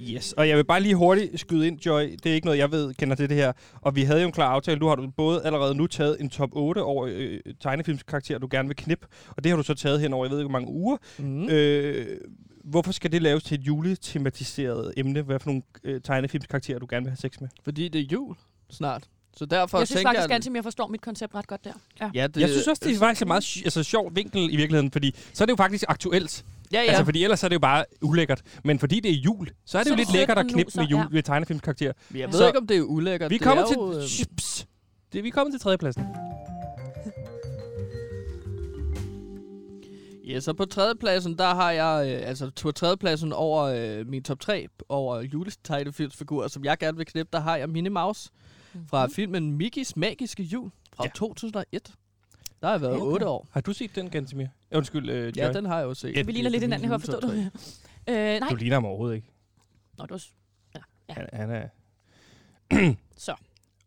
Speaker 1: Yes, og jeg vil bare lige hurtigt skyde ind, Joy. Det er ikke noget, jeg ved kender til det her. Og vi havde jo en klar aftale. Du har du både allerede nu taget en top 8 over øh, tegnefilmskarakterer, du gerne vil knip. Og det har du så taget hen over, jeg ved ikke, hvor mange uger.
Speaker 2: Mm.
Speaker 1: Mm. Øh, hvorfor skal det laves til et juletematiseret emne? Hvad for nogle øh, tegnefilmskarakterer, du gerne vil have sex med?
Speaker 2: Fordi det er jul snart. Så derfor
Speaker 3: Jeg synes
Speaker 2: tænker
Speaker 3: faktisk,
Speaker 2: jeg...
Speaker 3: Gansimir forstår mit koncept ret godt der. Ja.
Speaker 2: Ja, det,
Speaker 1: Jeg synes også, det er faktisk en meget sj- altså, sjov vinkel i virkeligheden, fordi så er det jo faktisk aktuelt.
Speaker 2: Ja, ja.
Speaker 1: Ja. Altså, fordi ellers er det jo bare ulækkert. Men fordi det er jul, så er det så
Speaker 3: Så
Speaker 1: jo
Speaker 3: er
Speaker 1: lidt
Speaker 3: det sødt
Speaker 1: lækkert at
Speaker 3: og
Speaker 1: knippe med
Speaker 3: nuser,
Speaker 1: jul
Speaker 3: ja.
Speaker 1: ved tegnefilmskarakterer.
Speaker 2: jeg ved
Speaker 1: så-
Speaker 2: ikke, om det er ulækkert.
Speaker 1: Vi
Speaker 2: Det
Speaker 1: kommer
Speaker 2: er
Speaker 1: til...
Speaker 2: jo, øh,
Speaker 1: Chips. Det, vi kommer til tredjepladsen.
Speaker 2: Ja, så på tredjepladsen, der har jeg, øh, altså på tredjepladsen over øh, min top 3 over julestegnefilmsfigurer, som jeg gerne vil knippe, der har jeg Minnie Mouse
Speaker 3: Mhm.
Speaker 2: fra filmen Mickeys Magiske Jul fra
Speaker 1: Ja.
Speaker 2: ja. 2001. Der har jeg været
Speaker 3: Okay.
Speaker 2: okay. 8 år.
Speaker 1: Har du set den, Gansimir? Ja, Undskyld, øh, Joy.
Speaker 2: Ja, den har jeg jo set.
Speaker 1: Ja,
Speaker 3: Vi ligner lidt hinanden her, forstår du? [laughs] øh, nej.
Speaker 1: Du ligner ham overhovedet ikke.
Speaker 3: Nå, det var... s- Ja.
Speaker 1: Han, han er...
Speaker 3: [clears throat] Så.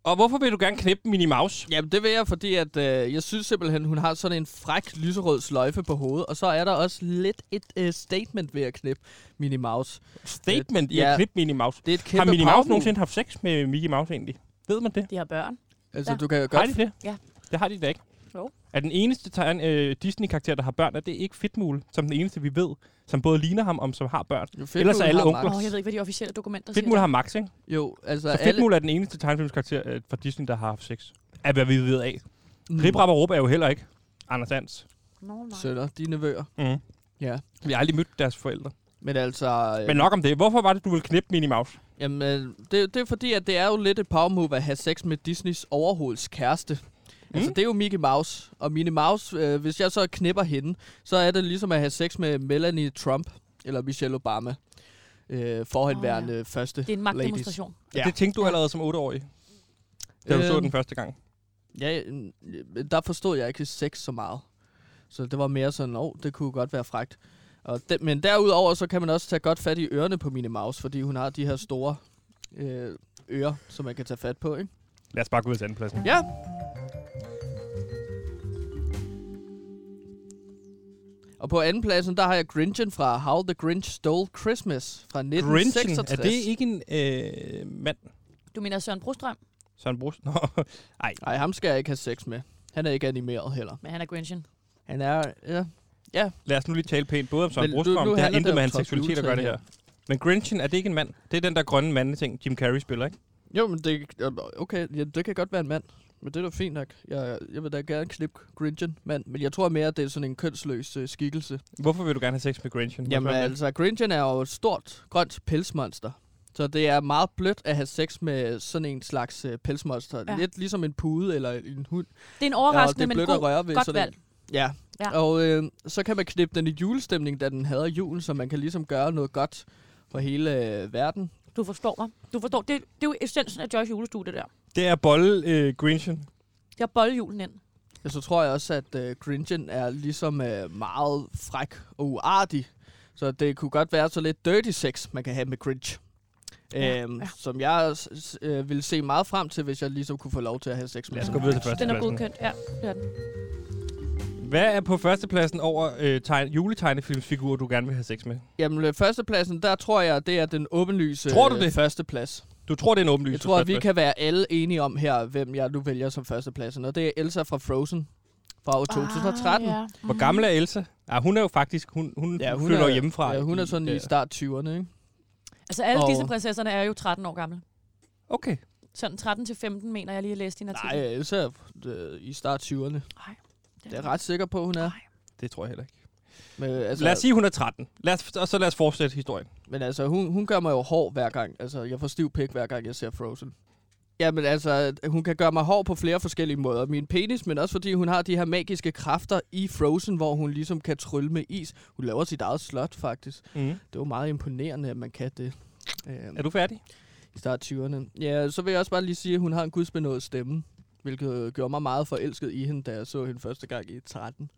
Speaker 1: Og hvorfor vil du gerne knippe Minnie Mouse?
Speaker 2: Jamen, det vil jeg, fordi at, øh, jeg synes simpelthen, hun har sådan en fræk lyserød sløjfe på hovedet, og så er der også lidt et øh, statement ved at knippe Minnie Mouse.
Speaker 1: Statement i
Speaker 2: Ja.
Speaker 1: at knippe Minnie Mouse.
Speaker 2: Det er et
Speaker 1: Har
Speaker 2: kæmpe
Speaker 1: Minnie Mouse
Speaker 2: powermove.
Speaker 1: nogensinde haft sex med Mickey Mouse egentlig? Ved man det?
Speaker 3: De har børn.
Speaker 2: Altså,
Speaker 3: Ja.
Speaker 2: du kan jo
Speaker 1: Har
Speaker 2: godt
Speaker 1: de det?
Speaker 3: Ja.
Speaker 1: Det har de da ikke.
Speaker 3: Jo.
Speaker 1: Er den eneste tegn, øh, Disney-karakter, der har børn, er det ikke Fedtmule, som den eneste, vi ved, som både ligner ham, om som har børn?
Speaker 2: Fedtmule
Speaker 1: Ellers er alle
Speaker 2: har
Speaker 1: onkler.
Speaker 2: mange-
Speaker 3: Åh, oh, jeg ved ikke, hvad de officielle dokumenter
Speaker 1: Fedtmule
Speaker 3: siger.
Speaker 1: har Max, ikke?
Speaker 2: Jo, altså
Speaker 1: Så
Speaker 2: alle...
Speaker 1: Fedtmule er den eneste tegnefilmskarakter øh, fra Disney, der har haft sex. Af hvad vi ved af. Mm. Rip, Rap og Rup er jo heller ikke Anders Hans.
Speaker 3: Nå, nej.
Speaker 2: Sønner, de nevøer.
Speaker 1: Mm.
Speaker 2: Ja.
Speaker 1: Vi har aldrig mødt deres forældre.
Speaker 2: Men altså...
Speaker 1: Øh. Men
Speaker 2: Men
Speaker 1: nok om det. Hvorfor var det, du ville knippe Minnie Mouse?
Speaker 2: jamen, øh, det, det er fordi, at det er jo lidt et power move at have sex med Disneys overhoveds kæreste. Mm. Altså,
Speaker 1: Mm.
Speaker 2: det er jo Mickey Mouse. Og Minnie Mouse, øh, hvis jeg så knipper hende, så er det ligesom at have sex med Melanie Trump eller Michelle Obama. Øh, forhenværende oh, ja. første
Speaker 3: Det er
Speaker 2: ladies.
Speaker 3: en magtdemonstration.
Speaker 1: Ja.
Speaker 2: Ja.
Speaker 1: Det tænkte du allerede som 8-årig, da du så
Speaker 2: Øhm.
Speaker 1: den første gang.
Speaker 2: Ja, øh, men der forstod jeg ikke sex så meget. Så det var mere sådan, åh, oh, det kunne godt være frægt. Og de, men derudover, så kan man også tage godt fat i ørerne på Minnie Mouse, fordi hun har de her store øh, ører, som man kan tage fat på, ikke?
Speaker 1: Lad os bare gå ud til andenpladsen.
Speaker 2: Ja. Og på andenpladsen, der har jeg Grinchen fra How the Grinch Stole Christmas fra
Speaker 1: Grinchen,
Speaker 2: 1966.
Speaker 1: er det ikke en øh, mand?
Speaker 3: Du mener Søren Brostrøm,
Speaker 1: Søren Brus? [laughs] Nå, ej.
Speaker 2: Nej, ham skal jeg ikke have sex med. Han er ikke animeret heller.
Speaker 3: men han er Grinchen.
Speaker 2: Han er, ja,
Speaker 1: Lad os nu lige tale pænt både om Søren
Speaker 2: Men
Speaker 1: Brus og
Speaker 2: nu-
Speaker 1: om
Speaker 2: nu
Speaker 1: det har
Speaker 2: handler det
Speaker 1: intet med
Speaker 2: om
Speaker 1: hans
Speaker 2: Tom
Speaker 1: seksualitet at gøre det her.
Speaker 2: Newton
Speaker 1: Men Grinchen, er det ikke en mand? Det er den der grønne mandeting, Jim Carrey spiller, ikke?
Speaker 2: Jo, men det, okay, ja, det kan godt være en mand. Men det er da fint nok. Jeg, jeg vil da gerne klippe Grinchen, mand. Men jeg tror mere, at det er sådan en kønsløs øh, skikkelse.
Speaker 1: Hvorfor vil du gerne have sex med Grinchen? Hvorfor
Speaker 2: Jamen
Speaker 1: er det?
Speaker 2: altså, Grinchen er jo et stort, grønt pelsmonster. Så det er meget blødt at have sex med sådan en slags øh, pelsmonster.
Speaker 3: Ja.
Speaker 2: Ja. Lidt ligesom en pude eller en hund.
Speaker 3: Det er en
Speaker 2: Ja,
Speaker 3: overraskende,
Speaker 2: det er
Speaker 3: men
Speaker 2: blødt
Speaker 3: god,
Speaker 2: at røre ved.
Speaker 3: godt
Speaker 2: sådan en-
Speaker 3: valg.
Speaker 2: Ja.
Speaker 3: Ja.
Speaker 2: ja. Og øh, så kan man knippe den i julestemning, da den hader julen, så man kan ligesom gøre noget godt for hele øh, verden.
Speaker 3: Du forstår mig. Du forstår. Det, det er jo essensen af Joyce julestue, det der.
Speaker 1: Det er bolle øh, Grinchen.
Speaker 3: Jeg har boldet julen ind.
Speaker 2: Ja, så tror jeg også, at øh, Grinchen er ligesom øh, meget fræk og uartig. Så det kunne godt være så lidt dirty sex, man kan have med Grinch.
Speaker 3: Ja,
Speaker 2: øhm,
Speaker 3: ja.
Speaker 2: Som jeg s- s- øh, ville se meget frem til, hvis jeg ligesom kunne få lov til at have sex med
Speaker 1: Lad os
Speaker 2: ham.
Speaker 1: gå videre til
Speaker 3: Den er
Speaker 1: førstepladsen.
Speaker 3: godkendt. Ja, det er den.
Speaker 1: Hvad er på førstepladsen over øh, tegn, juletegnefilmsfigurer, du gerne vil have sex med?
Speaker 2: Jamen, øh, førstepladsen, der tror jeg, det er den åbenlyse
Speaker 1: Tror du
Speaker 2: øh,
Speaker 1: det?
Speaker 2: førsteplads.
Speaker 1: Du tror, det er en åbenlys
Speaker 2: Jeg tror, at vi kan være alle enige om her, hvem jeg nu vælger som førstepladsen. Og det er Elsa fra Frozen fra år 2013.
Speaker 3: Ah, ja.
Speaker 1: Hvor gammel er Elsa? Ah, hun er jo faktisk, hun, hun, ja, hun flytter jo hjemmefra.
Speaker 2: Ja, hun er
Speaker 1: i-
Speaker 2: sådan i
Speaker 1: der.
Speaker 2: start 20'erne, ikke?
Speaker 3: Altså alle
Speaker 2: Og-
Speaker 3: disse prinsesserne er jo 13 år gamle.
Speaker 1: Okay.
Speaker 3: Sådan 13-15, mener jeg lige at læse din artikel.
Speaker 2: Nej, Elsa er øh, i start 20'erne. Det er jeg ret sikker på, hun er.
Speaker 3: Nej.
Speaker 1: Det tror jeg heller ikke.
Speaker 2: Men, øh, altså,
Speaker 1: Lad os sige, hun er 13. Lad os, og så lad os fortsætte historien.
Speaker 2: men altså, hun, hun gør mig jo hård hver gang. Altså, jeg får stiv pik, hver gang jeg ser Frozen. Jamen altså, hun kan gøre mig hård på flere forskellige måder. Min penis, men også fordi hun har de her magiske kræfter i Frozen, hvor hun ligesom kan trylle med is. Hun laver sit eget slot, faktisk.
Speaker 1: Mm.
Speaker 2: Det var meget imponerende, at man kan det. Øhm.
Speaker 1: Er du færdig?
Speaker 2: i start 20'erne. Ja, så vil jeg også bare lige sige, at hun har en gudsbenået stemme, hvilket øh, gjorde mig meget forelsket i hende, da jeg så hende første gang i 13.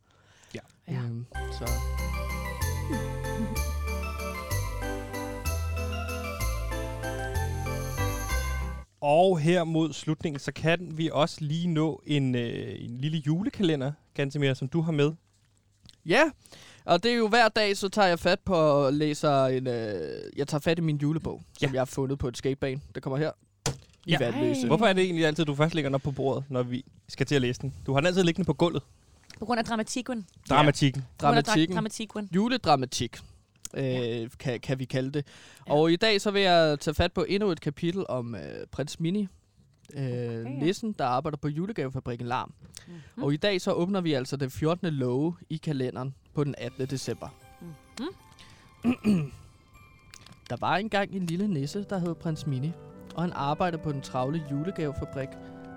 Speaker 1: Ja.
Speaker 3: Ja.
Speaker 2: Øhm, så.
Speaker 1: Og her mod slutningen, så kan vi også lige nå en, øh, en lille julekalender, Gantemir, som du har med.
Speaker 2: Ja, og det er jo hver dag, så tager jeg fat på og læser en... Øh, jeg tager fat i min julebog, ja. som
Speaker 1: Ja.
Speaker 2: jeg har fundet på et skatebane. Det kommer her. I
Speaker 1: Ja.
Speaker 2: ja. Vandløse.
Speaker 3: Ej.
Speaker 1: Hvorfor er det egentlig altid, du først lægger den op på bordet, når vi skal til at læse den? Du har den altid liggende på gulvet.
Speaker 3: På grund af dramatikken.
Speaker 1: Dramatikken. Ja.
Speaker 2: Dramatikken.
Speaker 3: Dramatikken.
Speaker 2: Juledramatik, øh, kan, kan vi kalde det. Og i dag så vil jeg tage fat på endnu et kapitel om øh, prins Mini. Øh, Nissen, der arbejder på julegavefabrikken Larm.
Speaker 3: Mm-hmm.
Speaker 2: Mm. Og i dag så åbner vi altså den 14. låge i kalenderen på den 18. december. Mm. [clears throat] der var engang en lille nisse, der hed prins Mini, og han arbejdede på den travle julegavefabrik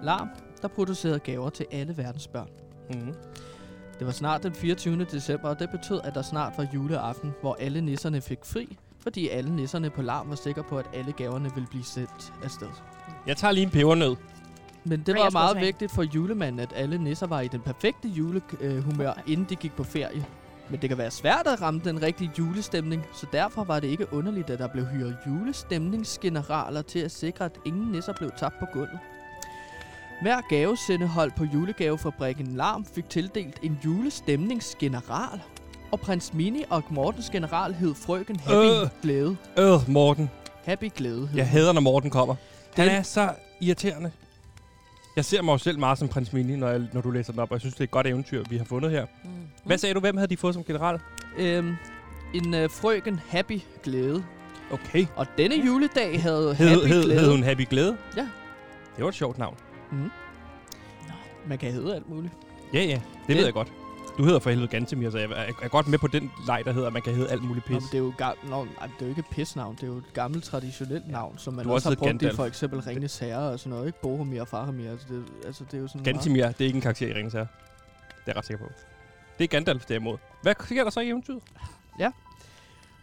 Speaker 2: Larm, der producerede gaver til alle verdens børn.
Speaker 1: Mm-hmm.
Speaker 2: Det var snart den 24. december, og det betød, at der snart var juleaften, hvor alle nisserne fik fri, fordi alle nisserne på larm var sikre på, at alle gaverne ville blive sendt afsted.
Speaker 1: Jeg tager lige en pebernød.
Speaker 2: Men det
Speaker 3: Ej,
Speaker 2: var
Speaker 3: jeg skal også
Speaker 2: meget
Speaker 3: have en.
Speaker 2: vigtigt for julemanden, at alle nisser var i den perfekte julehumør, inden de gik på ferie. Men det kan være svært at ramme den rigtige julestemning, så derfor var det ikke underligt, at der blev hyret julestemningsgeneraler til at sikre, at ingen nisser blev tabt på gulvet. Hver gavesendehold på julegavefabrikken Larm fik tildelt en julestemningsgeneral, og prins Mini og Mortens general hed frøken Happy
Speaker 1: Øh.
Speaker 2: øh. Glæde.
Speaker 1: Øh, Morten.
Speaker 2: Happy Glæde hed
Speaker 1: Jeg
Speaker 2: hun.
Speaker 1: hader, når Morten kommer. Den
Speaker 2: Den-
Speaker 1: er så irriterende. Jeg ser mig jo selv meget som prins Mini, når, jeg, når du læser den op, og jeg synes, det er et godt eventyr, vi har fundet her.
Speaker 3: Mm.
Speaker 1: Hvad sagde du? Hvem havde de fået som general?
Speaker 2: Øhm, en øh, frøken Happy Glæde.
Speaker 1: Okay.
Speaker 2: Og denne juledag havde
Speaker 1: Hed,
Speaker 2: Happy
Speaker 1: hed,
Speaker 2: Glæde.
Speaker 1: hed hun Happy Glæde?
Speaker 2: Ja.
Speaker 1: Det var et sjovt navn.
Speaker 2: Man kan hedde alt muligt.
Speaker 1: Ja, ja. Det
Speaker 2: Den-
Speaker 1: ved jeg godt. Du hedder for helvede Gantemir, så jeg er, er, er godt med på den leg, der hedder, at man kan hedde alt muligt
Speaker 2: Nå, men
Speaker 1: pis.
Speaker 2: det er jo et gammelt, nå, nej, det er jo ikke et pisnavn, det er jo et gammelt traditionelt navn, som man
Speaker 1: Du
Speaker 2: du
Speaker 1: har
Speaker 2: også
Speaker 1: også
Speaker 2: har
Speaker 1: heddet
Speaker 2: brugt i
Speaker 1: Gandalf.
Speaker 2: for eksempel Ringenes Herre og sådan noget, ikke? Boromir og Faramir, altså det, altså det er jo sådan meget-
Speaker 1: Gantemir, det er ikke en karakter i Ringens Herre. Det er jeg ret sikker på. Det er Gandalf derimod. Hvad sker der så i eventyret?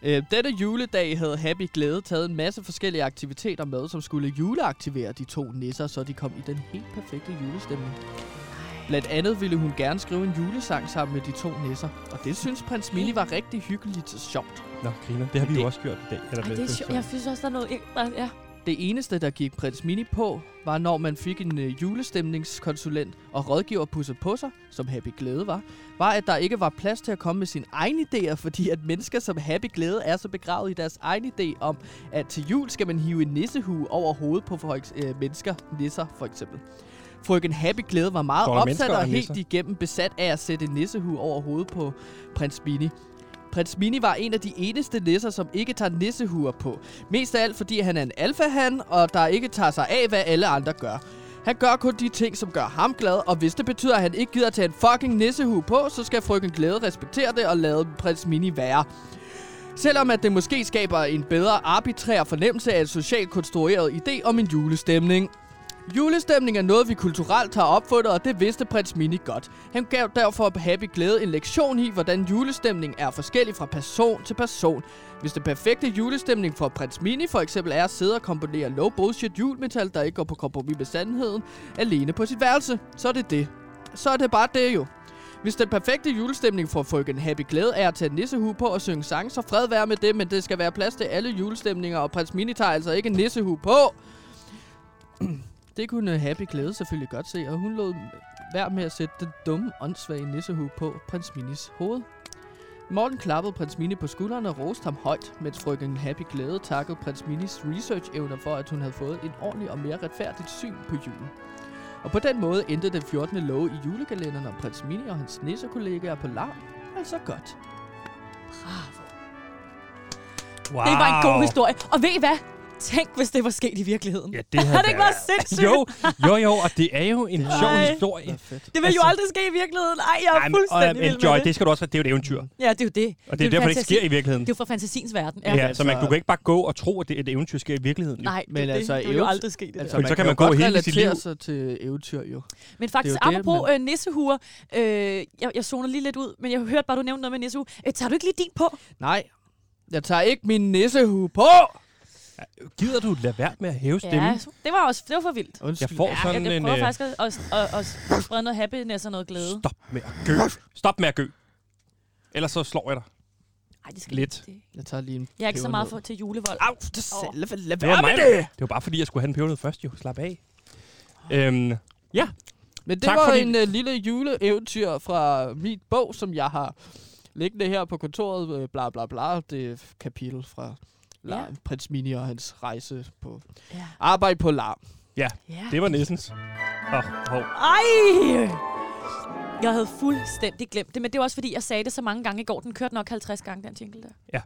Speaker 2: Øh, denne juledag havde Happy Glæde taget en masse forskellige aktiviteter med, som skulle juleaktivere de to nisser, så de kom i den helt perfekte julestemning. Blandt andet ville hun gerne skrive en julesang sammen med de to nisser, og det synes prins Mini var rigtig hyggeligt og sjovt.
Speaker 1: Nå, griner. Det har vi
Speaker 2: Det-
Speaker 1: jo også gjort i dag. Eller
Speaker 3: Ej,
Speaker 1: hvad?
Speaker 3: det er sjovt. Jeg synes også, der er noget... ikke- der- Ja.
Speaker 2: Det eneste, der gik prins Mini på, var når man fik en øh, julestemningskonsulent og rådgiver pusset på sig, som Happy Glæde var, var at der ikke var plads til at komme med sine egne idéer, fordi at mennesker som Happy Glæde er så begravet i deres egen idé om, at til jul skal man hive en nissehue over hovedet på for eks- øh, mennesker, nisser for eksempel. Frøken Happy Glæde var meget
Speaker 1: Står der
Speaker 2: opsat
Speaker 1: mennesker
Speaker 2: og
Speaker 1: og
Speaker 2: helt
Speaker 1: nisser?
Speaker 2: igennem besat af at sætte en nissehue over hovedet på prins Mini. Prins Mini var en af de eneste nisser, som ikke tager nissehuer på. Mest af alt, fordi han er en alfahan, og der ikke tager sig af, hvad alle andre gør. Han gør kun de ting, som gør ham glad, og hvis det betyder, at han ikke gider tage en fucking nissehue på, så skal frøken Glæde respektere det og lade prins Mini være. Selvom at det måske skaber en bedre arbitrær fornemmelse af en socialt konstrueret idé om en julestemning. Julestemning er noget, vi kulturelt har opfundet, og det vidste prins Mini godt. Han gav derfor Happy Glæde en lektion i, hvordan julestemning er forskellig fra person til person. Hvis den perfekte julestemning for prins Mini for eksempel er at sidde og komponere low bullshit julemetal, der ikke går på kompromis med sandheden, alene på sit værelse, så er det det. Så er det bare det jo. Hvis den perfekte julestemning for frøken Happy Glæde er at tage nissehue på og synge sang, så fred være med det, men det skal være plads til alle julestemninger, og prins Mini tager altså ikke nissehue på. Det kunne Happy Glæde selvfølgelig godt se, og hun lod værd med at sætte den dumme, åndssvage nissehue på prins Minis hoved. Morten klappede prins Mini på skulderen og roste ham højt, mens frøken Happy Glæde takkede prins Minis research-evner for, at hun havde fået en ordentlig og mere retfærdigt syn på julen. Og på den måde endte den 14. lov i julekalenderen om prins Mini og hans nissekollegaer på larm. Altså godt.
Speaker 3: Bravo.
Speaker 1: Wow.
Speaker 3: Det var en god historie. Og ved I hvad? Tænk, hvis det var sket i virkeligheden.
Speaker 1: Ja, det havde
Speaker 3: [laughs] Har det ikke
Speaker 1: været-
Speaker 3: været sindssygt?
Speaker 1: Jo, jo, jo, og det er jo en sjov
Speaker 3: Ej.
Speaker 1: historie.
Speaker 2: fedt.
Speaker 3: Det vil jo
Speaker 1: altså-
Speaker 3: aldrig ske i virkeligheden. Ej, jeg er
Speaker 1: Ej, men-
Speaker 3: fuldstændig
Speaker 1: og,
Speaker 3: vild
Speaker 1: Joy,
Speaker 3: med
Speaker 1: det skal du også, det er jo et eventyr.
Speaker 3: Ja, det er jo det.
Speaker 1: Og det er derfor, det ikke
Speaker 3: fantasi-
Speaker 1: sker i virkeligheden.
Speaker 3: Det er jo fra fantasiens verden.
Speaker 1: Ja, ja, så man,
Speaker 2: altså-
Speaker 1: du kan ikke bare gå og tro, at det, et eventyr sker i virkeligheden. jo.
Speaker 3: Nej,
Speaker 2: Men
Speaker 3: men det,
Speaker 2: altså,
Speaker 3: altså, det, vil jo
Speaker 2: event-
Speaker 3: aldrig ske. Det
Speaker 2: Altså,
Speaker 3: altså,
Speaker 1: Men
Speaker 2: man
Speaker 1: så kan
Speaker 2: jo
Speaker 1: man gå
Speaker 2: godt
Speaker 1: hele sit
Speaker 2: relatere
Speaker 1: liv.
Speaker 2: sig til eventyr, jo.
Speaker 3: men faktisk,
Speaker 2: det er jo det,
Speaker 3: apropos øh, nissehuer, øh, jeg, jeg zoner lige lidt ud, men jeg hørte bare, du nævnte noget med nissehue. Øh, tager du ikke lige din på?
Speaker 2: Nej, jeg tager ikke min nissehue på!
Speaker 1: Gider du lade være med at hæve stemmen?
Speaker 3: Ja, det var også det var for vildt.
Speaker 1: Jeg
Speaker 2: Undskyld.
Speaker 1: får
Speaker 3: Ja,
Speaker 1: sådan
Speaker 3: jeg
Speaker 1: en...
Speaker 3: prøver
Speaker 1: øh,
Speaker 3: faktisk at, at, at, at sprede noget happiness og noget glæde.
Speaker 1: Stop med at gø. Stop med at gø. Ellers så slår jeg dig.
Speaker 3: Ej, det skal
Speaker 1: Lidt.
Speaker 3: ikke. Det-
Speaker 2: Jeg tager lige en
Speaker 3: Jeg er ikke så
Speaker 2: peber
Speaker 3: meget
Speaker 2: ned.
Speaker 3: for, til julevold.
Speaker 2: Au, det
Speaker 3: Åh.
Speaker 2: lad, lad
Speaker 1: Det
Speaker 2: være
Speaker 1: var,
Speaker 2: med
Speaker 1: mig,
Speaker 2: det!
Speaker 1: det var bare fordi, jeg skulle have den pebernød først, jo. Slap af. Øhm,
Speaker 2: Men det
Speaker 1: Tak
Speaker 2: var
Speaker 1: fordi-
Speaker 2: en uh, lille juleeventyr fra mit bog, som jeg har liggende her på kontoret. øh, Bla bla bla, det er kapitel fra Larm, ja. prins Mini og hans rejse på
Speaker 3: Ja.
Speaker 2: arbejde på Larm.
Speaker 3: Ja.
Speaker 1: det var nissens. Oh, hov.
Speaker 3: Ej! Jeg havde fuldstændig glemt det, men det var også fordi, jeg sagde det så mange gange i går. Den kørte nok 50 gange, den jingle der.
Speaker 1: Ja.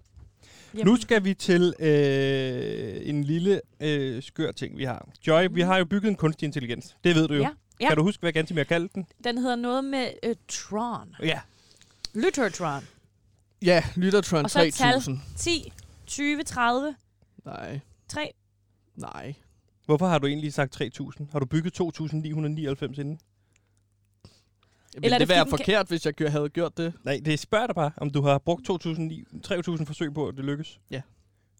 Speaker 3: Jamen,
Speaker 1: Nu skal vi til øh, en lille øh, skør ting, vi har. Joy, vi har jo bygget en kunstig intelligens. Det ved du jo.
Speaker 3: Mm. Ja, ja.
Speaker 1: Kan du huske, hvad Gantimir kaldte den?
Speaker 3: Den hedder noget med øh, Tron.
Speaker 1: Ja.
Speaker 3: Lyttertron.
Speaker 2: Ja, Lyttertron
Speaker 3: Og så et tal.
Speaker 2: 3000.
Speaker 3: 10, 20, 30,
Speaker 2: Nej,
Speaker 3: 3.
Speaker 2: nej.
Speaker 1: Hvorfor har du egentlig sagt 3.000? Har du bygget 2.999 inden?
Speaker 2: Ville
Speaker 3: Eller
Speaker 2: det, det
Speaker 3: er
Speaker 2: være
Speaker 3: det fordi, den kan-
Speaker 2: forkert, hvis jeg gjorde- havde gjort det?
Speaker 1: Nej, det spørger dig bare, om du har brugt 2.000, 3.000 forsøg på, at det lykkes.
Speaker 2: Ja.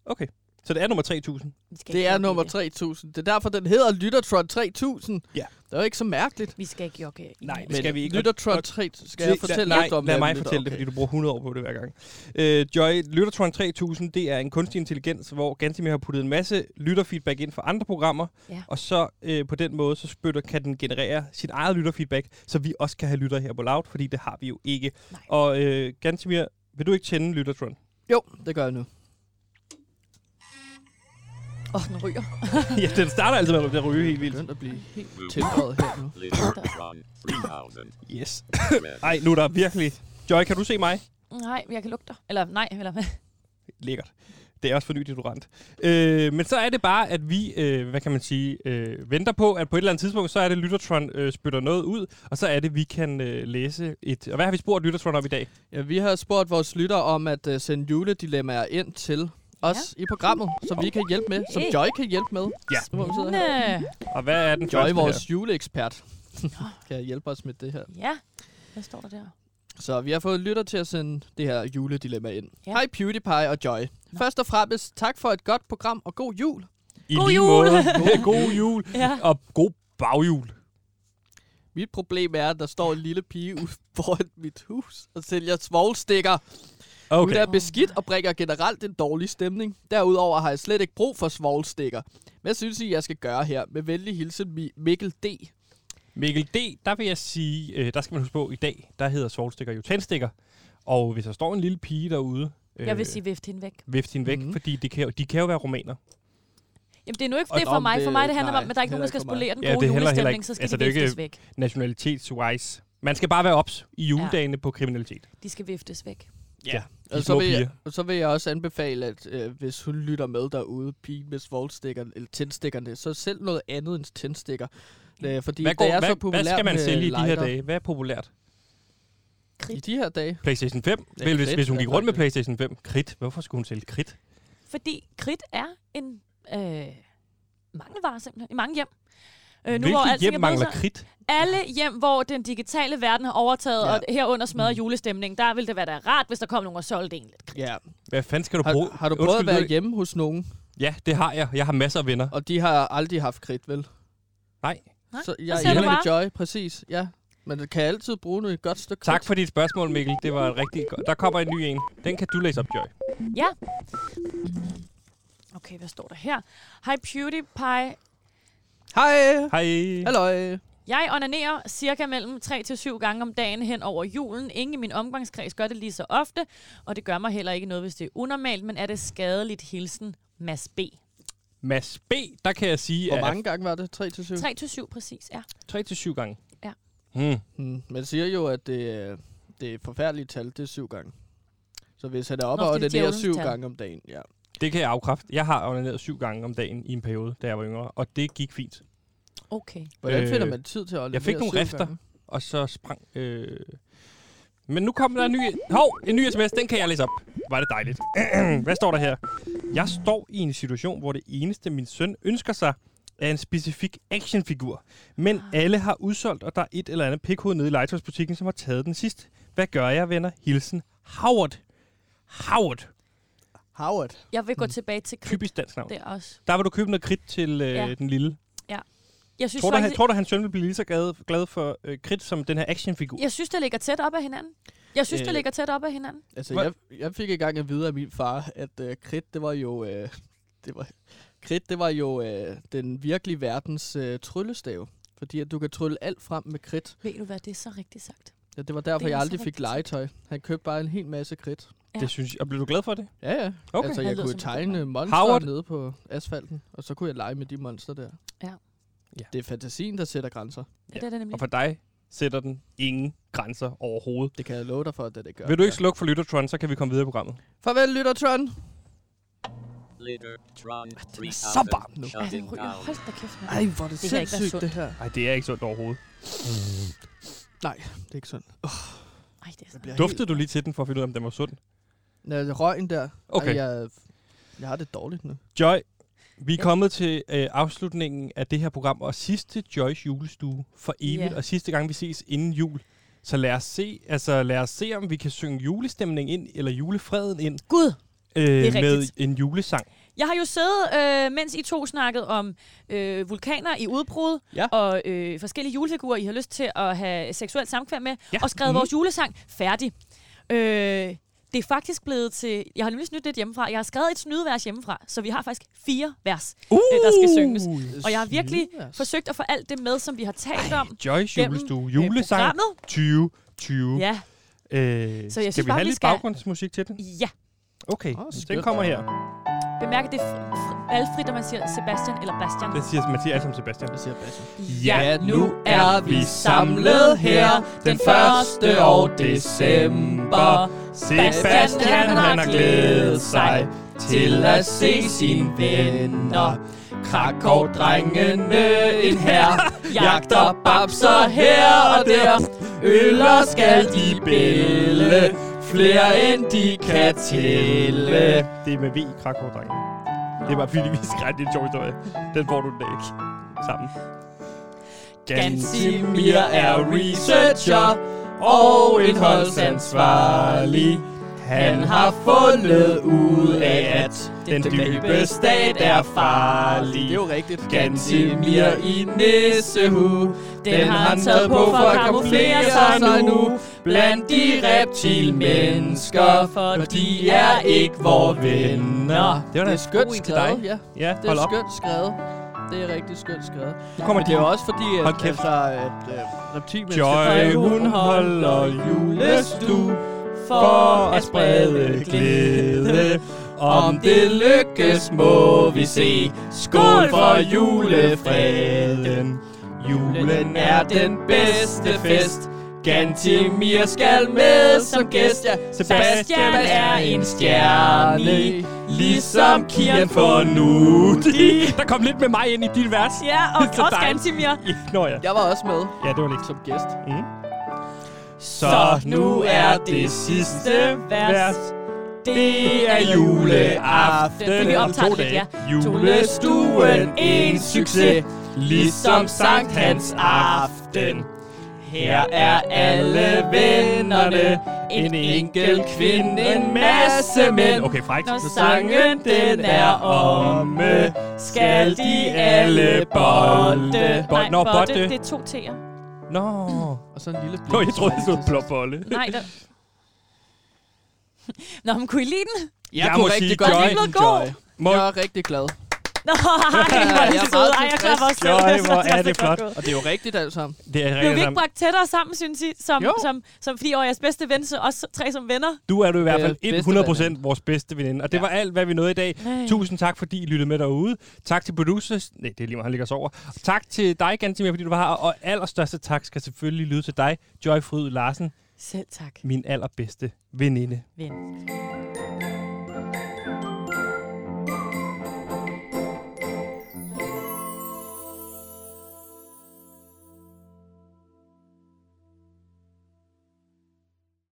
Speaker 1: Okay. Så det er nummer 3.000.
Speaker 3: Vi skal
Speaker 2: Det
Speaker 3: ikke
Speaker 2: er
Speaker 3: jokke i
Speaker 2: nummer 3000. Det er derfor, den hedder Lyttertron 3000.
Speaker 1: Ja.
Speaker 2: Det er jo ikke så mærkeligt.
Speaker 3: Vi skal ikke jokke. i det.
Speaker 1: Nej, det
Speaker 2: Men
Speaker 1: skal vi ikke.
Speaker 2: Lyttertron 3000. Skal jeg
Speaker 1: Se,
Speaker 2: fortælle
Speaker 1: lad,
Speaker 2: lidt om
Speaker 1: lad
Speaker 2: hvad
Speaker 1: mig
Speaker 2: den lytter-
Speaker 1: fortælle det,
Speaker 2: okay.
Speaker 1: fordi du bruger 100 år på det hver gang. Øh, Joy, Lyttertron 3000, det er en kunstig intelligens, hvor Gantimir har puttet en masse lytterfeedback ind fra andre programmer,
Speaker 3: Ja.
Speaker 1: og så øh, på den måde, så spytter, kan den generere sit eget lytterfeedback, så vi også kan have lytter her på Loud, fordi det har vi jo ikke.
Speaker 3: Nej.
Speaker 1: Og øh, Gantimir, vil du ikke tænde Lyttertron?
Speaker 2: Jo, det gør jeg nu.
Speaker 3: Åh, oh, den ryger.
Speaker 1: ja, den starter altid med at ryge helt
Speaker 2: Det er
Speaker 1: vildt.
Speaker 2: begyndt at blive helt tilbrød her nu.
Speaker 4: Lyttertron 3000.
Speaker 1: Yes. Ej, nu er der virkelig... Joy, kan du se mig?
Speaker 3: Nej, jeg kan lugte dig. Eller nej, eller hvad?
Speaker 1: lækkert. Det er også for ny deodorant. Øh, men så er det bare, at vi, øh, hvad kan man sige, øh, venter på, at på et eller andet tidspunkt, så er det, Lyttertron øh, spytter noget ud, og så er det, vi kan øh, læse et... Og hvad har vi spurgt Lyttertron om i dag?
Speaker 2: Ja, vi har spurgt vores lytter om at uh, sende juledilemmaer ind til os i programmet, som vi kan hjælpe med, som
Speaker 3: Hey.
Speaker 2: Joy kan hjælpe med.
Speaker 1: Ja.
Speaker 2: Nu må vi sidde her.
Speaker 3: Næh.
Speaker 1: Og hvad er den
Speaker 2: Joy,
Speaker 1: første
Speaker 2: vores juleekspert, [laughs] kan hjælpe os med det her.
Speaker 3: Ja. Hvad står der der?
Speaker 2: Så vi har fået lytter til at sende det her juledilemma ind.
Speaker 3: Ja.
Speaker 2: Hej PewDiePie og Joy. Først og fremmest tak for et godt program og god jul.
Speaker 1: her? I
Speaker 3: God
Speaker 1: lige
Speaker 3: jul! [laughs]
Speaker 1: Måde, god jul!
Speaker 3: Ja.
Speaker 1: Og god baghjul.
Speaker 2: Mit problem er, at der står en lille pige ude [laughs] foran mit hus og sælger svoglstikker. Okay. Hun
Speaker 1: Okay.
Speaker 2: er beskidt og bringer generelt en dårlig stemning. Derudover har jeg slet ikke brug for svoglstikker. Hvad synes I, jeg skal gøre her? Med venlig hilsen Mi- Mikkel D.
Speaker 1: Mikkel D., der vil jeg sige, øh, der skal man huske på, i dag, der hedder solstikker jo tændstikker. Og hvis der står en lille pige derude... Øh,
Speaker 3: Jeg vil sige, vift hende væk.
Speaker 1: Vift hende væk,
Speaker 2: Mhm.
Speaker 1: mm-hmm. fordi de kan, jo- de kan jo være romaner.
Speaker 3: Jamen, det er nu ikke
Speaker 2: Og
Speaker 3: det er for
Speaker 2: om
Speaker 3: mig. For
Speaker 2: det-
Speaker 3: mig det handler
Speaker 2: nej,
Speaker 3: om, at der er ikke nogen,
Speaker 2: heller
Speaker 3: der skal
Speaker 2: ikke for mig.
Speaker 3: spolere den
Speaker 1: Ja,
Speaker 3: gode
Speaker 1: det er heller- heller
Speaker 3: julestemning,
Speaker 1: ikke-
Speaker 3: så skal
Speaker 1: altså,
Speaker 3: altså,
Speaker 1: det
Speaker 3: de
Speaker 1: er jo
Speaker 3: viftes
Speaker 1: ikke-
Speaker 3: væk.
Speaker 1: nationalitetswise. Man skal bare være ops i juledagene ja. på kriminalitet.
Speaker 3: De skal viftes væk.
Speaker 1: Ja.
Speaker 2: Og
Speaker 1: De
Speaker 2: så,
Speaker 1: små
Speaker 2: vil jeg,
Speaker 1: piger.
Speaker 2: og så vil jeg også anbefale, at øh, hvis hun lytter med derude, pigen med svoglstikkerne, eller tændstikkerne, så selv noget andet end tændstikker. Øh, fordi
Speaker 1: Hvad,
Speaker 2: det
Speaker 1: går,
Speaker 2: er så
Speaker 1: hvad,
Speaker 2: populært
Speaker 1: hvad skal man
Speaker 2: med
Speaker 1: sælge i de her
Speaker 2: lighter.
Speaker 1: dage? Hvad er populært?
Speaker 2: I de her dage?
Speaker 1: PlayStation 5? Ja,
Speaker 2: krit,
Speaker 1: hvis, hvis hun
Speaker 2: ja,
Speaker 1: gik rundt med
Speaker 2: faktisk.
Speaker 1: PlayStation 5. Krit? Hvorfor skulle hun sælge krit?
Speaker 2: Øh,
Speaker 3: Fordi krit er en øh, mangelvare simpelthen i mange hjem. Øh, nu, hvor
Speaker 1: Hvilket
Speaker 3: alting
Speaker 1: hjem
Speaker 3: er blevet
Speaker 1: mangler
Speaker 3: så-
Speaker 1: krit?
Speaker 3: Alle hjem, hvor den digitale verden har overtaget,
Speaker 2: Ja.
Speaker 3: ja. og herunder smadrer
Speaker 1: Mm.
Speaker 3: julestemningen, der ville det være da rart, hvis der kom nogen og solgte en lidt krit.
Speaker 2: Ja.
Speaker 1: Hvad fanden skal du bruge?
Speaker 2: Har, har du prøvet at
Speaker 1: Undskyld,
Speaker 2: være
Speaker 1: det-
Speaker 2: hjemme hos nogen,
Speaker 1: Ja, det har jeg. Jeg har masser af venner.
Speaker 2: og de har aldrig haft kridt, vel?
Speaker 1: Nej.
Speaker 3: Nej,
Speaker 2: Så
Speaker 3: der
Speaker 2: jeg
Speaker 3: ser
Speaker 2: er
Speaker 1: du
Speaker 2: enig med Joy, præcis, ja. Men det kan altid bruge noget godt stykke
Speaker 1: Tak
Speaker 2: kridt.
Speaker 1: for dit spørgsmål, Mikkel. Det var et rigtig godt. Der kommer en ny en. Den kan du læse op, Joy.
Speaker 3: Ja. Okay, hvad står der her? Hej PewDiePie.
Speaker 2: Hej!
Speaker 1: Hej.
Speaker 2: Halløj!
Speaker 3: Jeg onanerer cirka mellem 3-7 gange om dagen hen over julen. Ingen i min omgangskreds gør det lige så ofte, og det gør mig heller ikke noget, hvis det er unormalt, men er det skadeligt hilsen Mads B.
Speaker 1: Mads B., der kan jeg sige,
Speaker 2: Hvor
Speaker 1: at
Speaker 2: mange gange var det? 3 til 7?
Speaker 3: 3-7 præcis, ja.
Speaker 1: 3-7 gange.
Speaker 3: Ja.
Speaker 1: Hmm.
Speaker 2: Hmm. Man siger jo, at det, er- det er et forfærdeligt tal, det er 7 gange. Så hvis han er
Speaker 3: Nå,
Speaker 2: oppe
Speaker 3: det er
Speaker 2: og det er
Speaker 3: djævelens
Speaker 2: 7
Speaker 3: tal.
Speaker 2: gange om dagen, ja.
Speaker 1: Det kan jeg afkræfte. Jeg har onaneret syv gange om dagen i en periode, da jeg var yngre, og det gik fint.
Speaker 3: Okay.
Speaker 2: Hvordan
Speaker 1: Øh,
Speaker 2: finder man tid til at
Speaker 1: jeg fik
Speaker 2: onanere
Speaker 1: nogle
Speaker 2: syv
Speaker 1: rifter.
Speaker 2: gange?
Speaker 1: Og så sprang... Øh... Men nu kommer der en ny... Hov, en ny sms, den kan jeg læse op. Var det dejligt. [clears throat] Hvad står der her? Jeg står i en situation, hvor det eneste, min søn ønsker sig, er en specifik actionfigur. Men
Speaker 3: Ah.
Speaker 1: alle har udsolgt, og der er et eller andet pikhoved nede i legetøjsbutikken, som har taget den sidst. Hvad gør jeg, venner? Hilsen Howard. Howard.
Speaker 2: Howard.
Speaker 3: Jeg vil gå tilbage til kridt
Speaker 1: Typisk dansk navn.
Speaker 3: der også.
Speaker 1: Der vil du købe noget kridt til øh,
Speaker 3: Ja.
Speaker 1: ja. den lille.
Speaker 3: Jeg synes,
Speaker 1: Tror du, han,
Speaker 3: faktisk,
Speaker 1: tror du, hans søn vil blive lige så glad, glad for øh, kridt som den her actionfigur?
Speaker 3: jeg synes, det ligger tæt op ad hinanden. Jeg synes, øh. det
Speaker 2: Øh.
Speaker 3: ligger tæt op ad hinanden.
Speaker 2: Altså,
Speaker 1: Hvor-
Speaker 2: jeg, jeg fik engang at vide af min far, at øh, kridt, det var jo... Øh, det var, kridt, det var jo øh, den virkelige verdens øh, tryllestav. Fordi at du kan trylle alt frem med kridt.
Speaker 3: Ved du hvad, det er så rigtigt sagt.
Speaker 2: Ja, det var derfor,
Speaker 3: Det er
Speaker 2: det jeg
Speaker 3: så
Speaker 2: aldrig fik
Speaker 3: rigtigt.
Speaker 2: legetøj. Han købte bare en hel masse kridt.
Speaker 3: Ja.
Speaker 1: Det synes jeg. Og blev du glad for det?
Speaker 2: Ja, ja.
Speaker 1: Okay.
Speaker 2: Altså,
Speaker 3: Han
Speaker 2: jeg
Speaker 3: lyder
Speaker 2: kunne
Speaker 3: som
Speaker 2: jo
Speaker 3: en
Speaker 2: tegne
Speaker 1: Howard.
Speaker 2: monstre nede på asfalten, og så kunne jeg lege med de monster der.
Speaker 3: Ja.
Speaker 1: Ja.
Speaker 2: Det er fantasien, der sætter grænser.
Speaker 3: Ja. Det er det nemlig.
Speaker 1: Og for dig sætter den ingen grænser overhovedet.
Speaker 2: Det kan jeg love dig for, at det, det gør.
Speaker 1: Vil du ikke slukke for Lyttertron, så kan vi komme videre i programmet.
Speaker 2: Farvel, Lyttertron!
Speaker 4: Later, Tron 3000.
Speaker 2: så varmt nu.
Speaker 3: Ja,
Speaker 4: Shut
Speaker 3: den
Speaker 4: it
Speaker 3: ryger.
Speaker 4: down.
Speaker 3: Hold da kæft, mand.
Speaker 2: Ej, hvor er det,
Speaker 3: Det
Speaker 2: det
Speaker 3: kan ikke være
Speaker 2: sindssygt,
Speaker 3: sundt.
Speaker 2: det her.
Speaker 1: Nej, det er ikke sundt overhovedet.
Speaker 2: Det er ikke sundt.
Speaker 3: Ej, det er
Speaker 2: Jeg
Speaker 3: sådan.
Speaker 2: bliver
Speaker 1: Duftede du lige til den for at finde ud af, om den var sund?
Speaker 2: helt- Nå, det er røgen der.
Speaker 1: Okay.
Speaker 2: Ej, jeg, jeg har det dårligt nu.
Speaker 1: Joy, vi er kommet til øh, afslutningen af det her program, og sidste Joys julestue for evigt,
Speaker 3: Ja.
Speaker 1: og sidste gang vi ses inden jul. Så lad os se, altså lad os se, om vi kan synge julestemning ind, eller julefreden ind,
Speaker 3: Gud,
Speaker 1: øh,
Speaker 3: er
Speaker 1: med
Speaker 3: rigtigt.
Speaker 1: en julesang.
Speaker 3: Jeg har jo siddet, øh, mens I to snakkede om øh, vulkaner i udbrud,
Speaker 2: Ja.
Speaker 3: og øh, forskellige julefigurer, I har lyst til at have seksuelt samkvem med,
Speaker 1: Ja.
Speaker 3: og skrevet
Speaker 1: Mhm.
Speaker 3: vores julesang færdig. Øh, det er faktisk blevet til... Jeg har nemlig snydt lidt hjemmefra. Jeg har skrevet et snydevers hjemmefra, så vi har faktisk fire vers.
Speaker 1: Uh!
Speaker 3: der skal synges. Og
Speaker 1: Mhm.
Speaker 3: jeg har virkelig
Speaker 2: Snydevers.
Speaker 3: forsøgt at få alt det med, som vi har talt om. øh,
Speaker 1: Joys
Speaker 3: gennem,
Speaker 1: julestue, julesang
Speaker 3: programmet.
Speaker 1: 2020.
Speaker 3: Ja,
Speaker 1: Øh,
Speaker 3: Så jeg synes
Speaker 1: skal vi
Speaker 3: bare,
Speaker 1: have
Speaker 3: vi
Speaker 1: lidt
Speaker 3: skal-
Speaker 1: baggrundsmusik til den?
Speaker 3: ja.
Speaker 1: Okay,
Speaker 2: Åh,
Speaker 1: oh, den
Speaker 2: skønt.
Speaker 1: kommer her.
Speaker 3: Bemærk, at det er fr- fr- valgfrit, når man siger Sebastian eller Bastian.
Speaker 1: Den siger Mathias som Sebastian.
Speaker 2: Jeg siger Basse.
Speaker 1: Ja, nu er vi samlet her den første år december. Sebastian han har glædet sig til at se sine venner. Krakow-drengene en her jagter babser her og der. Øller skal de bælge, flere end de kan tælle. Det er med V i Krakow-drengene. Det var vildt ret en sjov historie. Den får du da ikke sammen.
Speaker 2: Gansimir er researcher og indholdsansvarlig. Han har fundet ud af, at
Speaker 1: den
Speaker 2: dybe stat er farlig. Det er jo rigtigt. Gansimir i nissehu, den har han taget på for at kamuflere sig nu. Blandt de reptilmennesker, for de er ikke vores venner.
Speaker 1: Det var da en god en til dig.
Speaker 2: ja.
Speaker 1: Ja, hold op.
Speaker 2: skønt skrevet. Det er rigtig skønt skrevet.
Speaker 1: Nu kommer
Speaker 2: Men
Speaker 1: de
Speaker 2: det er jo også fordi, at,
Speaker 1: Hold kæft.
Speaker 2: altså, at øh, reptilmennesker...
Speaker 1: Joy,
Speaker 2: Joy,
Speaker 1: hun holder julestue for at sprede glæde. Om det lykkes, må vi se. Skål for julefreden. Julen er den bedste fest. Gantimir skal med som gæst. Ja, Sebastian er en stjerne. Ligesom Kian for nu. Der kom lidt med mig ind i dit vers.
Speaker 3: Ja, og
Speaker 1: [laughs] Så
Speaker 3: også
Speaker 1: dejligt.
Speaker 3: Gansimir.
Speaker 1: Nå ja.
Speaker 2: Jeg var også med
Speaker 1: Ja, det var lidt
Speaker 2: som gæst.
Speaker 1: Så nu er det sidste vers. Det er juleaften.
Speaker 3: Men vi optager det lidt, ja.
Speaker 1: Julestuen en succes. Ligesom Sankt Hans aften. Her er alle vennerne. En enkelt kvinde, en masse mænd. Okay, frækt.
Speaker 3: Når
Speaker 1: Sangen den er omme. Skal de alle bolde?
Speaker 3: Nej,
Speaker 1: Nå,
Speaker 3: botte.
Speaker 1: Øh, botte.
Speaker 3: Det er to T'er.
Speaker 1: Nå.
Speaker 2: Og så en lille blik.
Speaker 1: Nå, jeg troede, det stod blåbolle.
Speaker 3: Nej, der... [laughs] Nå, men kunne I lide den?
Speaker 2: Jeg,
Speaker 1: Jeg
Speaker 2: kunne
Speaker 1: må
Speaker 2: rigtig
Speaker 1: sige,
Speaker 2: godt
Speaker 1: Joy-
Speaker 2: lide den,
Speaker 3: Den er god.
Speaker 2: Joy.
Speaker 1: Må-
Speaker 2: Jeg er rigtig glad.
Speaker 3: [laughs] Nå, ej, hvor er
Speaker 2: Jeg
Speaker 3: det
Speaker 2: er
Speaker 3: sødt.
Speaker 2: meget
Speaker 3: Ej, jeg klapper også selv.
Speaker 1: tilfreds.
Speaker 3: Jeg synes,
Speaker 1: Joy, hvor
Speaker 3: var
Speaker 1: er
Speaker 3: så
Speaker 1: det
Speaker 3: godt
Speaker 1: flot.
Speaker 3: gået.
Speaker 2: Og det er jo rigtigt alt sammen.
Speaker 1: Det er
Speaker 3: Blev vi
Speaker 1: rigtig
Speaker 3: ikke bragt tættere sammen, synes I? Som,
Speaker 2: Jo.
Speaker 3: som, som fire af jeres bedste ven, så også tre som venner.
Speaker 1: Du er du i hvert
Speaker 2: Øh,
Speaker 1: fald
Speaker 2: bedste
Speaker 1: 100% vores bedste veninde. Og det
Speaker 2: Ja.
Speaker 1: var alt, hvad vi nåede i dag.
Speaker 3: Ej.
Speaker 1: Tusind tak, fordi I lyttede med derude. Tak til producers. Nej, det er lige, meget, han ligger sig over. Tak til dig, Gantimir, fordi du var her. Og allerstørste tak skal selvfølgelig lyde til dig, Joy Fryd Larsen,
Speaker 3: Selv tak,
Speaker 1: min allerbedste veninde.
Speaker 3: ven.